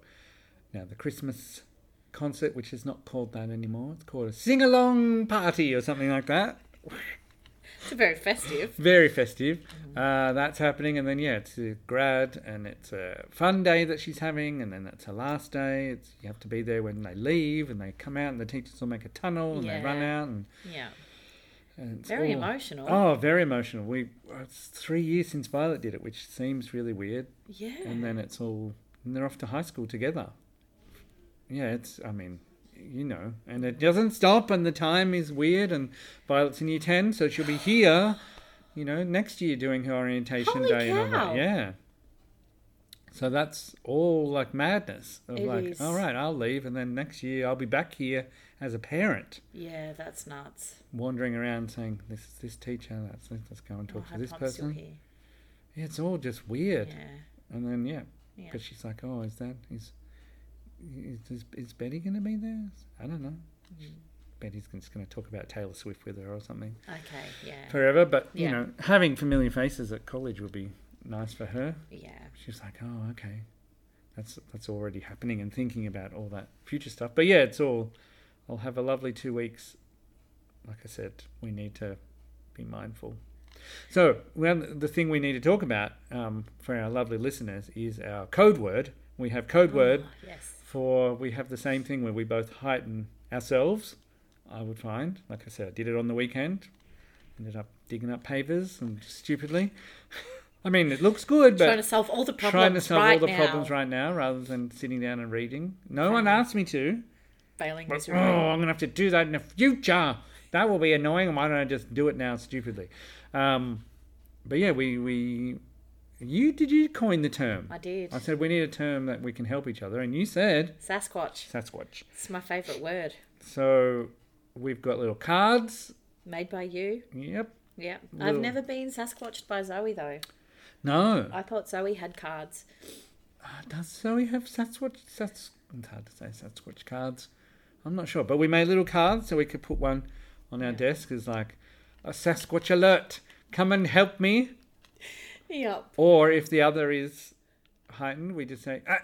[SPEAKER 1] now the Christmas concert, which is not called that anymore. It's called a sing along party or something like that.
[SPEAKER 2] It's very festive.
[SPEAKER 1] Very festive.
[SPEAKER 2] Mm-hmm.
[SPEAKER 1] Uh, that's happening, and then yeah, it's a grad, and it's a fun day that she's having, and then that's her last day. It's you have to be there when they leave, and they come out, and the teachers will make a tunnel, and they run
[SPEAKER 2] Yeah.
[SPEAKER 1] out, and,
[SPEAKER 2] Yeah.
[SPEAKER 1] and it's
[SPEAKER 2] Very
[SPEAKER 1] all-
[SPEAKER 2] emotional.
[SPEAKER 1] Oh, very emotional. We uh, it's three years since Violet did it, which seems really weird.
[SPEAKER 2] yeah.
[SPEAKER 1] and then it's all and they're off to high school together. Yeah, it's I mean, you know, and it doesn't stop, and the time is weird, and Violet's in year ten, so she'll be here, you know, next year doing her orientation
[SPEAKER 2] Holy
[SPEAKER 1] day and all
[SPEAKER 2] cow.
[SPEAKER 1] that. Yeah. So that's all like madness of
[SPEAKER 2] It
[SPEAKER 1] like,
[SPEAKER 2] is.
[SPEAKER 1] all right, I'll leave, and then next year I'll be back here as a parent,
[SPEAKER 2] yeah, that's nuts.
[SPEAKER 1] wandering around saying, "This is this teacher, that's this, let's go and
[SPEAKER 2] Oh,
[SPEAKER 1] talk
[SPEAKER 2] I
[SPEAKER 1] to this
[SPEAKER 2] hope I'm still
[SPEAKER 1] person."
[SPEAKER 2] here.
[SPEAKER 1] Yeah, it's all just weird,
[SPEAKER 2] Yeah.
[SPEAKER 1] and then yeah,
[SPEAKER 2] Yeah.
[SPEAKER 1] but she's like, oh, is that is is, is, is Betty going to be there? I don't know.
[SPEAKER 2] Mm.
[SPEAKER 1] Betty's just going to talk about Taylor Swift with her or something
[SPEAKER 2] Okay. Yeah.
[SPEAKER 1] forever. But you
[SPEAKER 2] Yeah.
[SPEAKER 1] know, having familiar faces at college would be nice for her.
[SPEAKER 2] yeah.
[SPEAKER 1] She's like, oh, okay, that's that's already happening and thinking about all that future stuff. But yeah, it's all. I'll have a lovely two weeks. Like I said, we need to be mindful. So, well, the thing we need to talk about um, for our lovely listeners is our code word. We have code word
[SPEAKER 2] Oh, yes.
[SPEAKER 1] for we have the same thing where we both heighten ourselves. I would find, like I said, I did it on the weekend. Ended up digging up pavers and stupidly. I mean, it looks good, but
[SPEAKER 2] trying to solve all the problems
[SPEAKER 1] trying to solve
[SPEAKER 2] right
[SPEAKER 1] all the
[SPEAKER 2] now.
[SPEAKER 1] problems right now rather than sitting down and reading. No one
[SPEAKER 2] Right.
[SPEAKER 1] asked me to.
[SPEAKER 2] Failing
[SPEAKER 1] But, oh,
[SPEAKER 2] miserably.
[SPEAKER 1] I'm going to have to do that in the future. That will be annoying. Why don't I just do it now stupidly? Um, but yeah, we, we you did you coin the term?
[SPEAKER 2] I did.
[SPEAKER 1] I said we need a term that we can help each other, and you said
[SPEAKER 2] Sasquatch.
[SPEAKER 1] Sasquatch.
[SPEAKER 2] It's my favourite word.
[SPEAKER 1] So we've got little cards.
[SPEAKER 2] Made by you.
[SPEAKER 1] Yep.
[SPEAKER 2] Yeah. I've
[SPEAKER 1] Little-
[SPEAKER 2] never been Sasquatched by Zoe though.
[SPEAKER 1] No.
[SPEAKER 2] I thought Zoe had cards.
[SPEAKER 1] Uh, Does Zoe have Sasquatch? Sas- it's hard to say Sasquatch cards. I'm not sure, but we made little cards so we could put one on our desk as like a Sasquatch alert. Come and help me.
[SPEAKER 2] Yep.
[SPEAKER 1] Or if the other is heightened, we just say "Ah,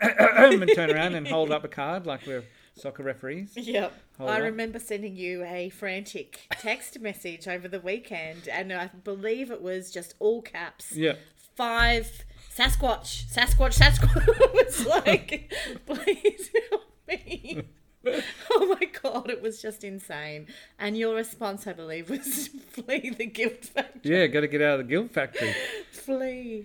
[SPEAKER 1] and turn around and hold up a card like we're soccer referees.
[SPEAKER 2] Yep.
[SPEAKER 1] Hold
[SPEAKER 2] I
[SPEAKER 1] on.
[SPEAKER 2] remember sending you a frantic text message over the weekend, and I believe it was just all caps.
[SPEAKER 1] Yeah.
[SPEAKER 2] Five Sasquatch, Sasquatch, Sasquatch. it was like, please help me. Oh my god, it was just insane. And your response, I believe, was flee the guilt factor.
[SPEAKER 1] Yeah, got to get out of the guilt factory.
[SPEAKER 2] Flee.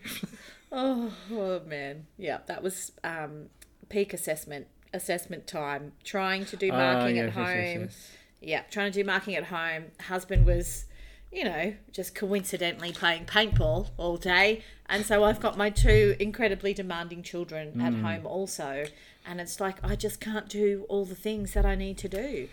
[SPEAKER 2] Oh, oh, man. Yeah, that was um, peak assessment assessment time. Trying to do marking
[SPEAKER 1] Ah,
[SPEAKER 2] at
[SPEAKER 1] yes, yes, yes,
[SPEAKER 2] home.
[SPEAKER 1] yes.
[SPEAKER 2] Yeah, trying to do marking at home. Husband was, you know, just coincidentally playing paintball all day. And so I've got my two incredibly demanding children at
[SPEAKER 1] Mm.
[SPEAKER 2] home also. And it's like, I just can't do all the things that I need to do.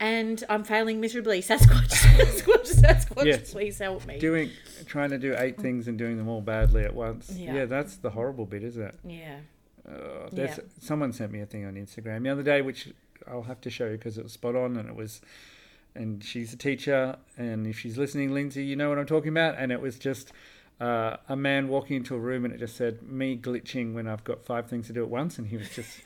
[SPEAKER 2] And I'm failing miserably. Sasquatch, Sasquatch, Sasquatch,
[SPEAKER 1] Yes.
[SPEAKER 2] please help me.
[SPEAKER 1] Doing, trying to do eight things and doing them all badly at once.
[SPEAKER 2] Yeah.
[SPEAKER 1] yeah that's the horrible bit, isn't it?
[SPEAKER 2] yeah.
[SPEAKER 1] Uh, there's
[SPEAKER 2] Yeah.
[SPEAKER 1] someone sent me a thing on Instagram the other day, which I'll have to show you because it was spot on, and it was. And she's a teacher, and if she's listening, Lindsay, you know what I'm talking about. And it was just uh, a man walking into a room, and it just said me glitching when I've got five things to do at once, and he was just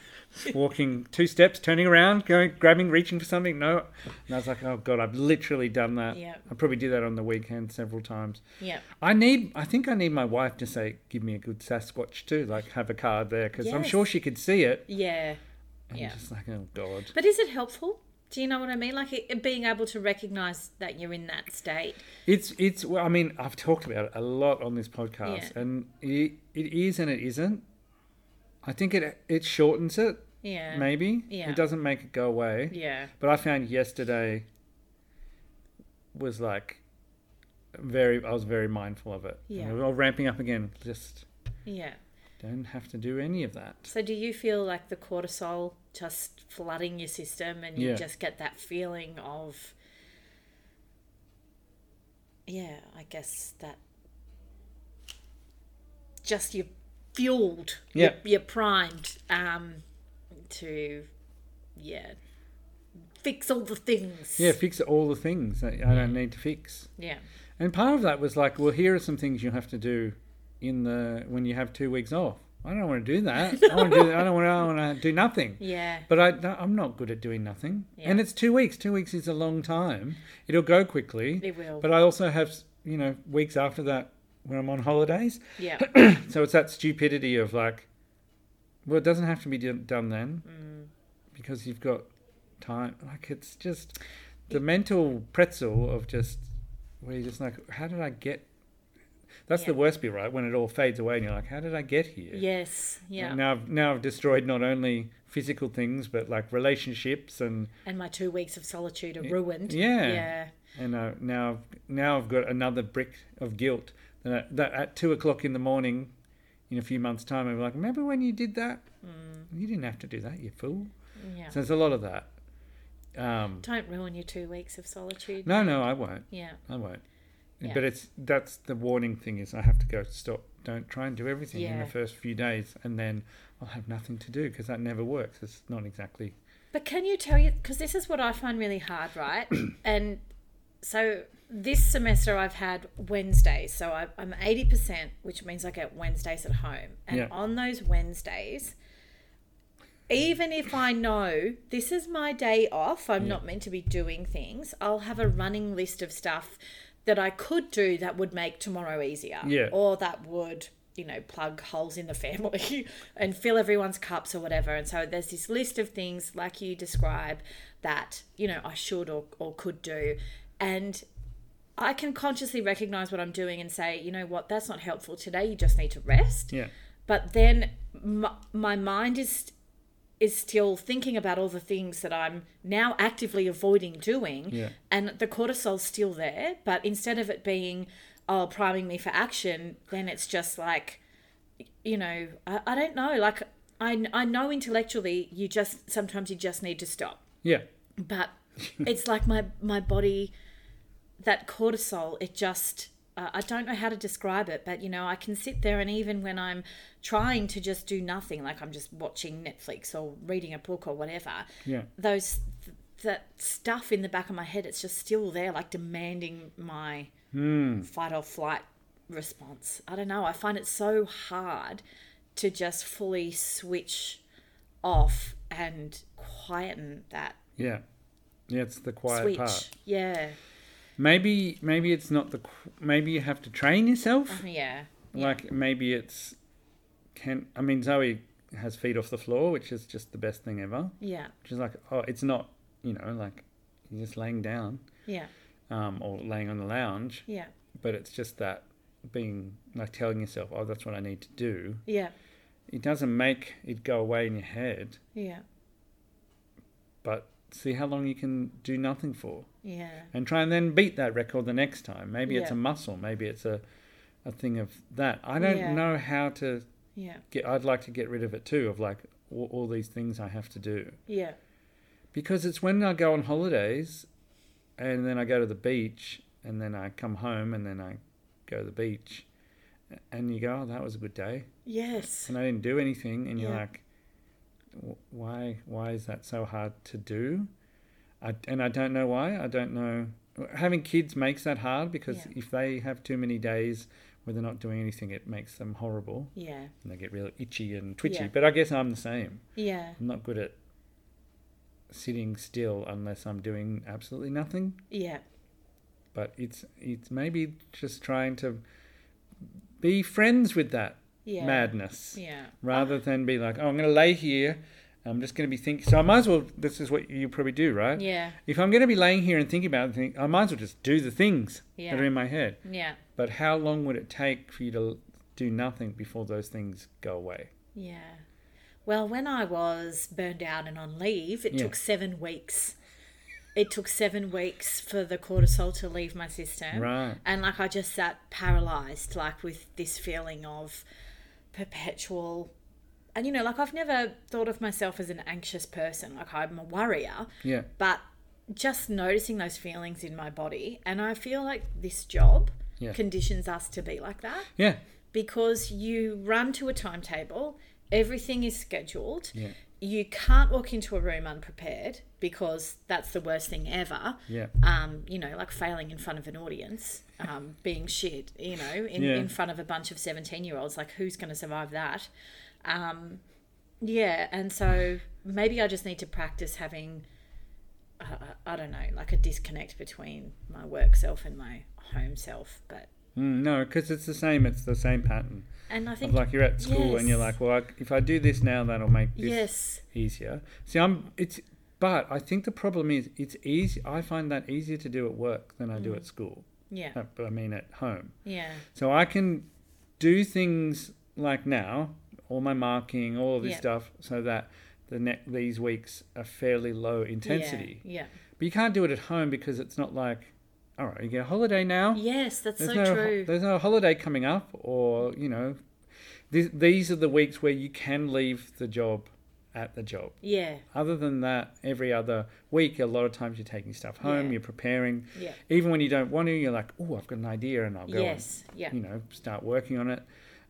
[SPEAKER 1] walking two steps, turning around, going, grabbing, reaching for something. No, and I was like, oh god, I've literally done that.
[SPEAKER 2] Yeah.
[SPEAKER 1] I probably did that on the weekend several times.
[SPEAKER 2] Yeah.
[SPEAKER 1] I need. I think I need my wife to say, "Give me a good Sasquatch too." Like, have a card there because I'm
[SPEAKER 2] Yes.
[SPEAKER 1] sure she could see it.
[SPEAKER 2] Yeah.
[SPEAKER 1] And
[SPEAKER 2] Yeah.
[SPEAKER 1] just like, oh god.
[SPEAKER 2] But is it helpful Do you know what I mean? Like it, being able to recognize that you're in that state.
[SPEAKER 1] It's it's. Well, I mean, I've talked about it a lot on this podcast,
[SPEAKER 2] Yeah.
[SPEAKER 1] and it, it is and it isn't. I think it it shortens it
[SPEAKER 2] Yeah.
[SPEAKER 1] maybe.
[SPEAKER 2] Yeah.
[SPEAKER 1] It doesn't make it go away.
[SPEAKER 2] Yeah.
[SPEAKER 1] But I found yesterday was like very. I was very mindful of it.
[SPEAKER 2] Yeah.
[SPEAKER 1] And we're all ramping up again. Just
[SPEAKER 2] Yeah.
[SPEAKER 1] don't have to do any of that.
[SPEAKER 2] So do you feel like the cortisol just flooding your system and you
[SPEAKER 1] Yeah.
[SPEAKER 2] just get that feeling of Yeah, I guess that just you're fueled.
[SPEAKER 1] Yeah.
[SPEAKER 2] You're, you're primed um to yeah. Fix all the things.
[SPEAKER 1] Yeah, fix all the things that I don't need to fix.
[SPEAKER 2] Yeah.
[SPEAKER 1] And part of that was like, well, here are some things you have to do in the when you have two weeks off. I don't want to do that. I want to do. I don't want. To, I want to do nothing.
[SPEAKER 2] Yeah.
[SPEAKER 1] But I, don't- I'm not good at doing nothing.
[SPEAKER 2] Yeah.
[SPEAKER 1] And it's two weeks. Two weeks is a long time. It'll go quickly.
[SPEAKER 2] It will.
[SPEAKER 1] But I also have, you know, weeks after that when I'm on holidays.
[SPEAKER 2] Yeah.
[SPEAKER 1] So it's that stupidity of like, well, it doesn't have to be do- done then
[SPEAKER 2] Mm.
[SPEAKER 1] because you've got time. Like, it's just the mental pretzel of just where you're just like, how did I get? That's the
[SPEAKER 2] Yeah.
[SPEAKER 1] worst bit, right? When it all fades away and you're like, how did I get here?
[SPEAKER 2] Yes. Yeah.
[SPEAKER 1] Now I've now I've destroyed not only physical things but like relationships and
[SPEAKER 2] And my two weeks of solitude are ruined.
[SPEAKER 1] yeah.
[SPEAKER 2] Yeah.
[SPEAKER 1] and uh, now I've, now I've got another brick of guilt that, I, that at two o'clock in the morning, in a few months' time, I'm like, remember when you did that? You didn't have to do that, you fool.
[SPEAKER 2] Mm. Yeah.
[SPEAKER 1] So there's a lot of that. Um,
[SPEAKER 2] Don't ruin your two weeks of solitude.
[SPEAKER 1] no, no, I won't.
[SPEAKER 2] Yeah.
[SPEAKER 1] I won't.
[SPEAKER 2] Yeah.
[SPEAKER 1] But it's that's the warning thing is I have to go stop. Don't try and do everything in
[SPEAKER 2] Yeah.
[SPEAKER 1] the first few days, and then I'll have nothing to do because that never works. It's not exactly
[SPEAKER 2] But can you tell you because this is what I find really hard, right? and so this semester I've had Wednesdays, so I, I'm 80%, which means I get Wednesdays at home. And
[SPEAKER 1] Yeah.
[SPEAKER 2] on those Wednesdays, even if I know this is my day off, I'm not meant to be doing things, I'll have a running list of stuff that I could do that would make tomorrow easier.
[SPEAKER 1] Yeah.
[SPEAKER 2] Or that would, you know, plug holes in the family and fill everyone's cups or whatever. And so there's this list of things, like you describe, that, you know, I should or, or could do. And I can consciously recognize what I'm doing and say, you know what, that's not helpful today. You just need to rest
[SPEAKER 1] yeah.
[SPEAKER 2] but then my, my mind is is still thinking about all the things that I'm now actively avoiding doing
[SPEAKER 1] Yeah.
[SPEAKER 2] and the cortisol's still there but instead of it being oh priming me for action then it's just like you know I, I don't know like I, I know intellectually you just sometimes you just need to stop
[SPEAKER 1] Yeah.
[SPEAKER 2] but it's like my my body that cortisol it just uh, i don't know how to describe it but you know i can sit there and even when i'm trying to just do nothing like i'm just watching netflix or reading a book or whatever
[SPEAKER 1] Yeah.
[SPEAKER 2] those that stuff in the back of my head it's just still there like demanding my fight or flight response i don't know i find it so hard to just fully switch off and quieten that
[SPEAKER 1] Yeah. Yeah, it's the quiet
[SPEAKER 2] switch.
[SPEAKER 1] part.
[SPEAKER 2] Yeah,
[SPEAKER 1] Maybe maybe it's not the qu- maybe you have to train yourself.
[SPEAKER 2] Uh, yeah,
[SPEAKER 1] Like maybe it's can I mean Zoe has feet off the floor, which is just the best thing ever.
[SPEAKER 2] yeah,
[SPEAKER 1] She's like, "Oh, it's not, you know, like you're just laying down
[SPEAKER 2] yeah,
[SPEAKER 1] um or laying on the lounge,
[SPEAKER 2] yeah,
[SPEAKER 1] but it's just that being like telling yourself, "Oh, that's what I need to do."
[SPEAKER 2] yeah,
[SPEAKER 1] It doesn't make it go away in your head,
[SPEAKER 2] yeah,
[SPEAKER 1] but see how long you can do nothing for.
[SPEAKER 2] yeah,
[SPEAKER 1] and try and then beat that record the next time. Maybe it's
[SPEAKER 2] Yeah.
[SPEAKER 1] a muscle, maybe it's a a thing of that. I don't
[SPEAKER 2] Yeah.
[SPEAKER 1] know how to
[SPEAKER 2] yeah,
[SPEAKER 1] get. I'd like to get rid of it too, of like all, all these things I have to do,
[SPEAKER 2] yeah,
[SPEAKER 1] because it's when I go on holidays, and then I go to the beach, and then I come home, and then I go to the beach, and you go, oh, that was a good day,
[SPEAKER 2] yes,
[SPEAKER 1] and I didn't do anything, and you're
[SPEAKER 2] Yeah.
[SPEAKER 1] like, "Wh- why? Why is that so hard to do? I, and I don't know why. I don't know. Having kids makes that hard because
[SPEAKER 2] Yeah.
[SPEAKER 1] if they have too many days where they're not doing anything, it makes them horrible
[SPEAKER 2] yeah,
[SPEAKER 1] and they get real itchy and twitchy.
[SPEAKER 2] Yeah.
[SPEAKER 1] But I guess I'm the same.
[SPEAKER 2] yeah,
[SPEAKER 1] I'm not good at sitting still unless I'm doing absolutely nothing.
[SPEAKER 2] yeah,
[SPEAKER 1] But it's it's maybe just trying to be friends with that
[SPEAKER 2] yeah,
[SPEAKER 1] madness
[SPEAKER 2] yeah,
[SPEAKER 1] rather than be like, oh, I'm going to lay here I'm just going to be thinking. So I might as well. This is what you probably do, right?
[SPEAKER 2] Yeah.
[SPEAKER 1] If I'm going to be laying here and thinking about things, I might as well just do the things
[SPEAKER 2] Yeah.
[SPEAKER 1] that are in my head.
[SPEAKER 2] Yeah.
[SPEAKER 1] But how long would it take for you to do nothing before those things go away?
[SPEAKER 2] Yeah. Well, when I was burned out and on leave, it
[SPEAKER 1] Yeah.
[SPEAKER 2] took seven weeks. It took seven weeks for the cortisol to leave my system.
[SPEAKER 1] Right.
[SPEAKER 2] And like I just sat paralyzed, like with this feeling of perpetual. And you know, like I've never thought of myself as an anxious person. Like I'm a worrier.
[SPEAKER 1] Yeah.
[SPEAKER 2] But just noticing those feelings in my body. And I feel like this job
[SPEAKER 1] Yeah.
[SPEAKER 2] conditions us to be like that
[SPEAKER 1] Yeah.
[SPEAKER 2] because you run to a timetable, everything is scheduled.
[SPEAKER 1] Yeah.
[SPEAKER 2] You can't walk into a room unprepared because that's the worst thing ever.
[SPEAKER 1] Yeah.
[SPEAKER 2] Um, you know, like failing in front of an audience, um, being shit, you know, in,
[SPEAKER 1] Yeah.
[SPEAKER 2] in front of a bunch of 17 year olds. Like, who's going to survive that? Um, yeah. And so maybe I just need to practice having, uh, I don't know, like a disconnect between my work self and my home self. But,
[SPEAKER 1] Mm, no, because it's the same. It's the same pattern.
[SPEAKER 2] and I
[SPEAKER 1] Of
[SPEAKER 2] think,
[SPEAKER 1] like you're at school and you're like,
[SPEAKER 2] Yes.
[SPEAKER 1] well, I, if I do this now, that'll make this
[SPEAKER 2] yes.
[SPEAKER 1] easier. See, I'm it's. But I think the problem is it's easy. I find that easier to do at work than I
[SPEAKER 2] Mm.
[SPEAKER 1] do at school.
[SPEAKER 2] Yeah.
[SPEAKER 1] Uh, but I mean at home.
[SPEAKER 2] Yeah.
[SPEAKER 1] So I can do things like now, all my marking, all of this
[SPEAKER 2] Yeah.
[SPEAKER 1] stuff, so that the ne- these weeks are fairly low intensity.
[SPEAKER 2] Yeah.
[SPEAKER 1] But you can't do it at home because it's not like, all right, you get a holiday now.
[SPEAKER 2] yeah. Yes, that's so
[SPEAKER 1] no, ho-
[SPEAKER 2] true.
[SPEAKER 1] There's no holiday coming up, or you know, th- these are the weeks where you can leave the job at the job.
[SPEAKER 2] yeah.
[SPEAKER 1] Other than that, every other week, a lot of times you're taking stuff home,
[SPEAKER 2] Yeah.
[SPEAKER 1] you're preparing.
[SPEAKER 2] Yeah.
[SPEAKER 1] Even when you don't want to, you're like, oh, I've got an idea and I'll go and
[SPEAKER 2] Yes. Yeah.
[SPEAKER 1] you know, start working on it.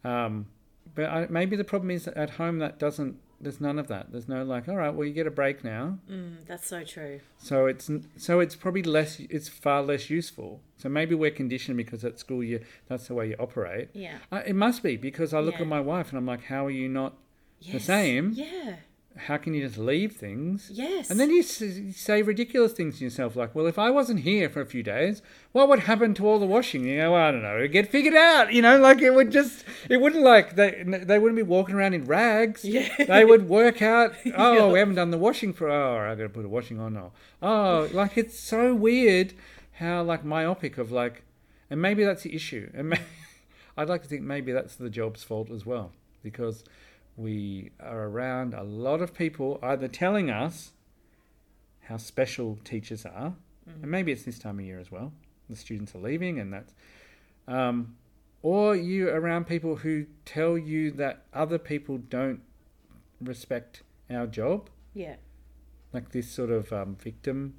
[SPEAKER 1] Um, but I, maybe the problem is that at home that doesn't. There's none of that. There's no like, all right, well, you get a break now,
[SPEAKER 2] Mm, that's so true.
[SPEAKER 1] so it's n- so it's probably less. It's far less useful. So maybe we're conditioned because at school you that's the way you operate.
[SPEAKER 2] Yeah.
[SPEAKER 1] I, it must be because I look
[SPEAKER 2] Yeah.
[SPEAKER 1] at my wife and I'm like, how are you not?
[SPEAKER 2] Yes.
[SPEAKER 1] same.
[SPEAKER 2] Yeah.
[SPEAKER 1] How can you just leave things?
[SPEAKER 2] Yes.
[SPEAKER 1] And then you s- you say ridiculous things to yourself, like, "Well, if I wasn't here for a few days, what would happen to all the washing?" You know, "Well, I don't know. It'd get figured out. You know, like it would just, it wouldn't like they they wouldn't be walking around in rags.
[SPEAKER 2] Yeah.
[SPEAKER 1] They would work out. Oh, we haven't done the washing for. Oh, I got to put a washing on now. Oh, like it's so weird how like myopic of like, and maybe that's the issue. And may, I'd like to think maybe that's the job's fault as well because. We are around a lot of people either telling us how special teachers are, and maybe it's this time of year as well. The students are leaving, and that's, um, or you around people who tell you that other people don't respect our job,
[SPEAKER 2] yeah.
[SPEAKER 1] like this sort of um, victim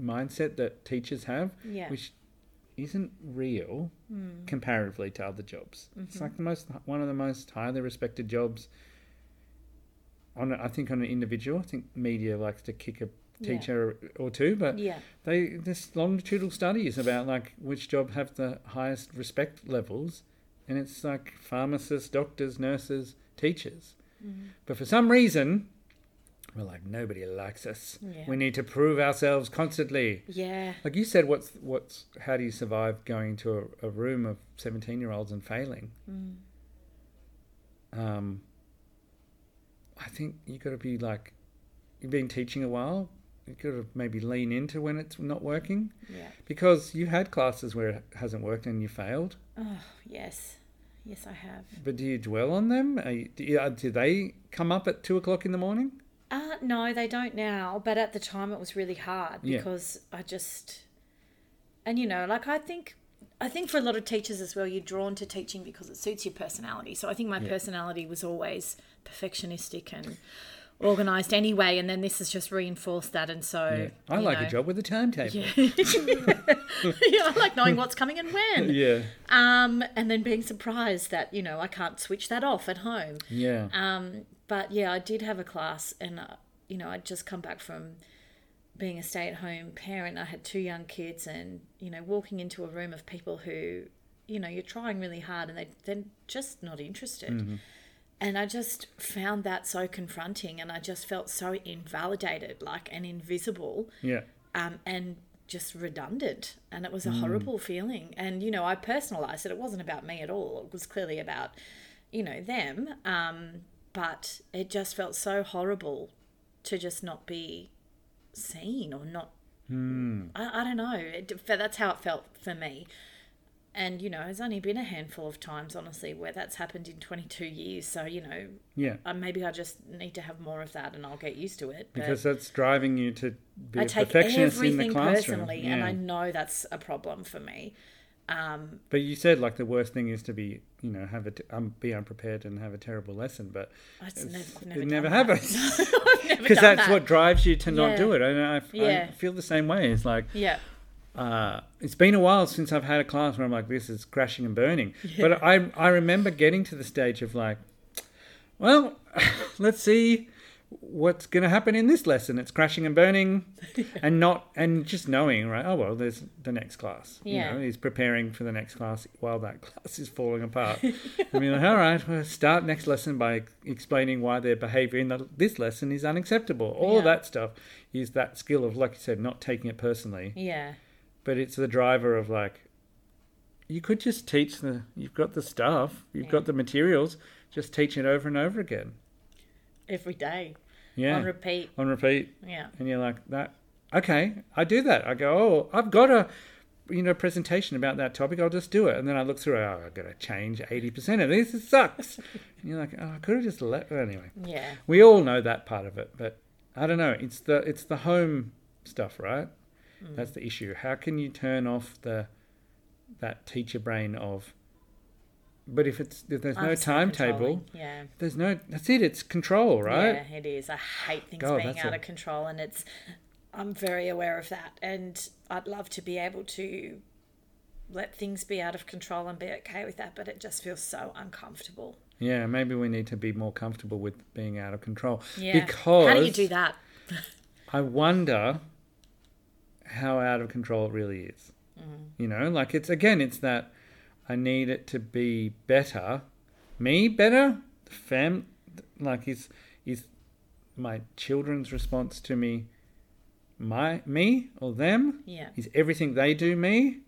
[SPEAKER 1] mindset that teachers have,
[SPEAKER 2] Yeah.
[SPEAKER 1] which isn't real
[SPEAKER 2] Mm.
[SPEAKER 1] comparatively to other jobs.
[SPEAKER 2] Mm-hmm.
[SPEAKER 1] It's like the most one of the most highly respected jobs. On a, I think on an individual, I think media likes to kick a
[SPEAKER 2] Yeah.
[SPEAKER 1] teacher or two, but
[SPEAKER 2] Yeah.
[SPEAKER 1] they this longitudinal studies about like which job have the highest respect levels, and it's like pharmacists, doctors, nurses, teachers.
[SPEAKER 2] Mm-hmm.
[SPEAKER 1] But for some reason, we're like nobody likes us.
[SPEAKER 2] Yeah.
[SPEAKER 1] We need to prove ourselves constantly.
[SPEAKER 2] Yeah.
[SPEAKER 1] Like you said, what's what's how do you survive going to a, a room of seventeen year olds and failing?
[SPEAKER 2] Mm.
[SPEAKER 1] Um, I think you got to be like you've been teaching a while. You got to maybe lean into when it's not working
[SPEAKER 2] Yeah.
[SPEAKER 1] because you had classes where it hasn't worked and you failed.
[SPEAKER 2] Oh, yes. Yes, I have.
[SPEAKER 1] But do you dwell on them? Are you, do, you, uh, do they come up at two o'clock in the morning?
[SPEAKER 2] Uh, no, they don't now. But at the time, it was really hard
[SPEAKER 1] Yeah.
[SPEAKER 2] because I just, and you know, like I think, I think for a lot of teachers as well, you're drawn to teaching because it suits your personality. So I think my personality was always perfectionistic and organized anyway. And then this has just reinforced that. And so
[SPEAKER 1] I
[SPEAKER 2] you
[SPEAKER 1] like
[SPEAKER 2] know.
[SPEAKER 1] a job with a timetable.
[SPEAKER 2] Yeah. yeah, I like knowing what's coming and when.
[SPEAKER 1] yeah,
[SPEAKER 2] Um, and then being surprised that you know I can't switch that off at home.
[SPEAKER 1] yeah.
[SPEAKER 2] Um, but yeah, I did have a class, and uh, you know, I'd just come back from being a stay-at-home parent. I had two young kids, and you know, walking into a room of people who, you know, you're trying really hard, and they they're just not interested. And I just found that so confronting, and I just felt so invalidated, like and invisible
[SPEAKER 1] yeah.
[SPEAKER 2] um, and just redundant. And it was a horrible feeling. And, you know, I personalized it. It wasn't about me at all. It was clearly about, you know, them. Um, but it just felt so horrible to just not be seen or not. I, I don't know. It, but that's how it felt for me. And, you know, it's only been a handful of times, honestly, where that's happened in 22 years. So, you know,
[SPEAKER 1] Yeah.
[SPEAKER 2] uh, maybe I just need to have more of that and I'll get used to it. But
[SPEAKER 1] Because that's driving you to be
[SPEAKER 2] I
[SPEAKER 1] a
[SPEAKER 2] take
[SPEAKER 1] perfectionist in the
[SPEAKER 2] everything
[SPEAKER 1] classroom.
[SPEAKER 2] personally,
[SPEAKER 1] yeah.
[SPEAKER 2] and I know that's a problem for me. Um,
[SPEAKER 1] But you said like the worst thing is to be, you know, have a t- um, be unprepared and have a terrible lesson, but
[SPEAKER 2] It's
[SPEAKER 1] it's-
[SPEAKER 2] never, never,
[SPEAKER 1] it never
[SPEAKER 2] done that.
[SPEAKER 1] happens
[SPEAKER 2] I've never
[SPEAKER 1] because
[SPEAKER 2] done
[SPEAKER 1] that's
[SPEAKER 2] that.
[SPEAKER 1] what drives you to not
[SPEAKER 2] Yeah.
[SPEAKER 1] do it. And I, I
[SPEAKER 2] Yeah.
[SPEAKER 1] feel the same way. It's like
[SPEAKER 2] Yeah,
[SPEAKER 1] uh, it's been a while since I've had a class where I'm like, this is crashing and burning. But I I remember getting to the stage of like, well, let's see what's going to happen in this lesson. It's crashing and burning, and not and just knowing right. Oh well, there's the next class.
[SPEAKER 2] Yeah.
[SPEAKER 1] You know, he's preparing for the next class while that class is falling apart. I mean, like, all right, well, start next lesson by explaining why their behaviour in the, this lesson is unacceptable. All
[SPEAKER 2] Yeah.
[SPEAKER 1] that stuff is that skill of like you said, not taking it personally
[SPEAKER 2] yeah,
[SPEAKER 1] but it's the driver of like you could just teach the you've got the stuff you've
[SPEAKER 2] Yeah.
[SPEAKER 1] got the materials just teach it over and over again
[SPEAKER 2] every day
[SPEAKER 1] yeah
[SPEAKER 2] on repeat.
[SPEAKER 1] on repeat
[SPEAKER 2] Yeah,
[SPEAKER 1] and you're like that okay i do that i go oh i've got a you know presentation about that topic i'll just do it and then i look through oh i've got to change 80% of this it sucks and you're like oh i could have just let anyway
[SPEAKER 2] yeah,
[SPEAKER 1] we all know that part of it but i don't know it's the it's the home stuff right
[SPEAKER 2] Mm.
[SPEAKER 1] that's the issue how can you turn off the that teacher brain of but if it's if there's
[SPEAKER 2] I'm
[SPEAKER 1] no
[SPEAKER 2] so
[SPEAKER 1] timetable
[SPEAKER 2] controlling. Yeah,
[SPEAKER 1] there's no that's it it's control right
[SPEAKER 2] yeah, it is. I hate things
[SPEAKER 1] God,
[SPEAKER 2] being
[SPEAKER 1] that's
[SPEAKER 2] out
[SPEAKER 1] a-
[SPEAKER 2] of control, and it's. I'm very aware of that, and I'd love to be able to let things be out of control and be okay with that, but it just feels so uncomfortable.
[SPEAKER 1] yeah maybe we need to be more comfortable with being out of control
[SPEAKER 2] Yeah.
[SPEAKER 1] because
[SPEAKER 2] how do you do that?
[SPEAKER 1] I wonder how out of control it really is. You know, like it's again, it's that I need it to be better, me better, the fam, like is is my children's response to me, my me or them?
[SPEAKER 2] Yeah,
[SPEAKER 1] Is everything they do me?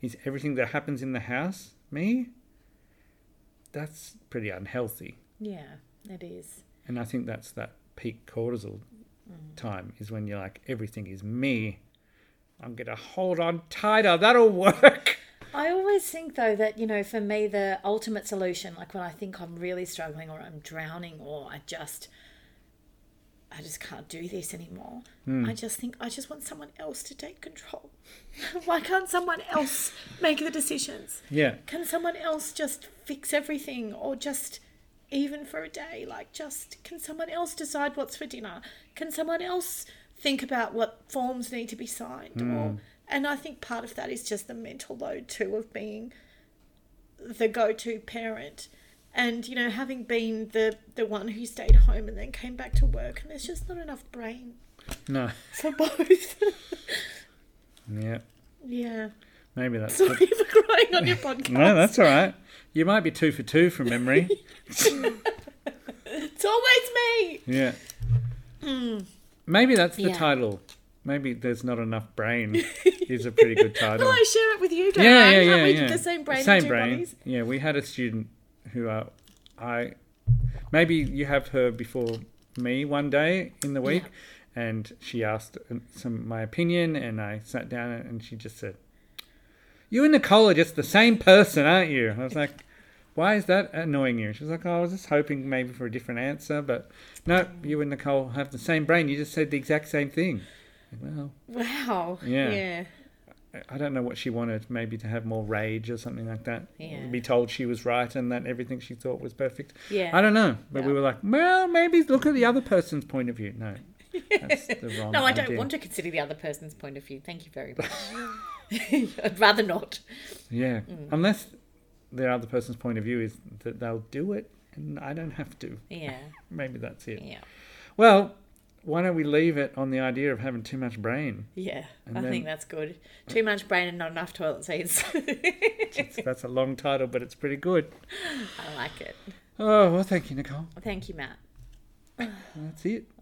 [SPEAKER 1] Is everything that happens in the house me? That's pretty unhealthy.
[SPEAKER 2] yeah, it is.
[SPEAKER 1] And I think that's that peak cortisol
[SPEAKER 2] Mm.
[SPEAKER 1] time is when you're like, everything is me. I'm going to hold on tighter. That'll work.
[SPEAKER 2] I always think though that you know for me the ultimate solution like when I think I'm really struggling or I'm drowning or I just I just can't do this anymore. I just think I just want someone else to take control. Why can't someone else make the decisions?
[SPEAKER 1] Yeah.
[SPEAKER 2] Can someone else just fix everything or just even for a day like just can someone else decide what's for dinner? Can someone else think about what forms need to be signed
[SPEAKER 1] Hmm.
[SPEAKER 2] or and I think part of that is just the mental load too of being the go-to parent and you know having been the the one who stayed home and then came back to work and there's just not enough brain
[SPEAKER 1] No.
[SPEAKER 2] for both
[SPEAKER 1] Yeah.
[SPEAKER 2] yeah
[SPEAKER 1] Maybe that's.
[SPEAKER 2] sorry for crying on your podcast
[SPEAKER 1] No, that's all right. You might be two for two from memory.
[SPEAKER 2] it's always me
[SPEAKER 1] yeah. Maybe that's the
[SPEAKER 2] Mm. Yeah.
[SPEAKER 1] title. Maybe there's not enough brain is a pretty good title.
[SPEAKER 2] well I share it with you don't
[SPEAKER 1] yeah,
[SPEAKER 2] I
[SPEAKER 1] yeah, yeah,
[SPEAKER 2] Can't we
[SPEAKER 1] yeah.
[SPEAKER 2] do the same brain
[SPEAKER 1] Same
[SPEAKER 2] and two
[SPEAKER 1] brain.
[SPEAKER 2] bodies
[SPEAKER 1] Yeah, we had a student who uh, I maybe you have her before me one day in the
[SPEAKER 2] Yeah.
[SPEAKER 1] week, and she asked um, some my opinion, and I sat down and she just said, "You and Nicole are just the same person, aren't you?" And I was like. Why is that annoying you? She was like, oh, I was just hoping maybe for a different answer, but no, you and Nicole have the same brain. You just said the exact same thing. Well,
[SPEAKER 2] wow
[SPEAKER 1] Yeah.
[SPEAKER 2] yeah
[SPEAKER 1] I don't know what she wanted, maybe to have more rage or something like that.
[SPEAKER 2] Yeah.
[SPEAKER 1] Be told she was right and that everything she thought was perfect.
[SPEAKER 2] yeah
[SPEAKER 1] I don't know. But we
[SPEAKER 2] Yeah.
[SPEAKER 1] were like, well, maybe look at the other person's point of view. No. That's the wrong
[SPEAKER 2] no, I don't
[SPEAKER 1] idea.
[SPEAKER 2] want to consider the other person's point of view. Thank you very much. I'd rather not.
[SPEAKER 1] Yeah.
[SPEAKER 2] Mm.
[SPEAKER 1] Unless the other person's point of view is that they'll do it and I don't have to.
[SPEAKER 2] Yeah,
[SPEAKER 1] Maybe that's it.
[SPEAKER 2] yeah,
[SPEAKER 1] Well, why don't we leave it on the idea of having too much brain?
[SPEAKER 2] yeah.
[SPEAKER 1] And
[SPEAKER 2] I
[SPEAKER 1] then-
[SPEAKER 2] think that's good. Too much brain and not enough toilet seats.
[SPEAKER 1] It's- that's a long title, but it's pretty good.
[SPEAKER 2] I like it.
[SPEAKER 1] Oh, well, thank you, Nicole.
[SPEAKER 2] Thank you, Matt.
[SPEAKER 1] That's it.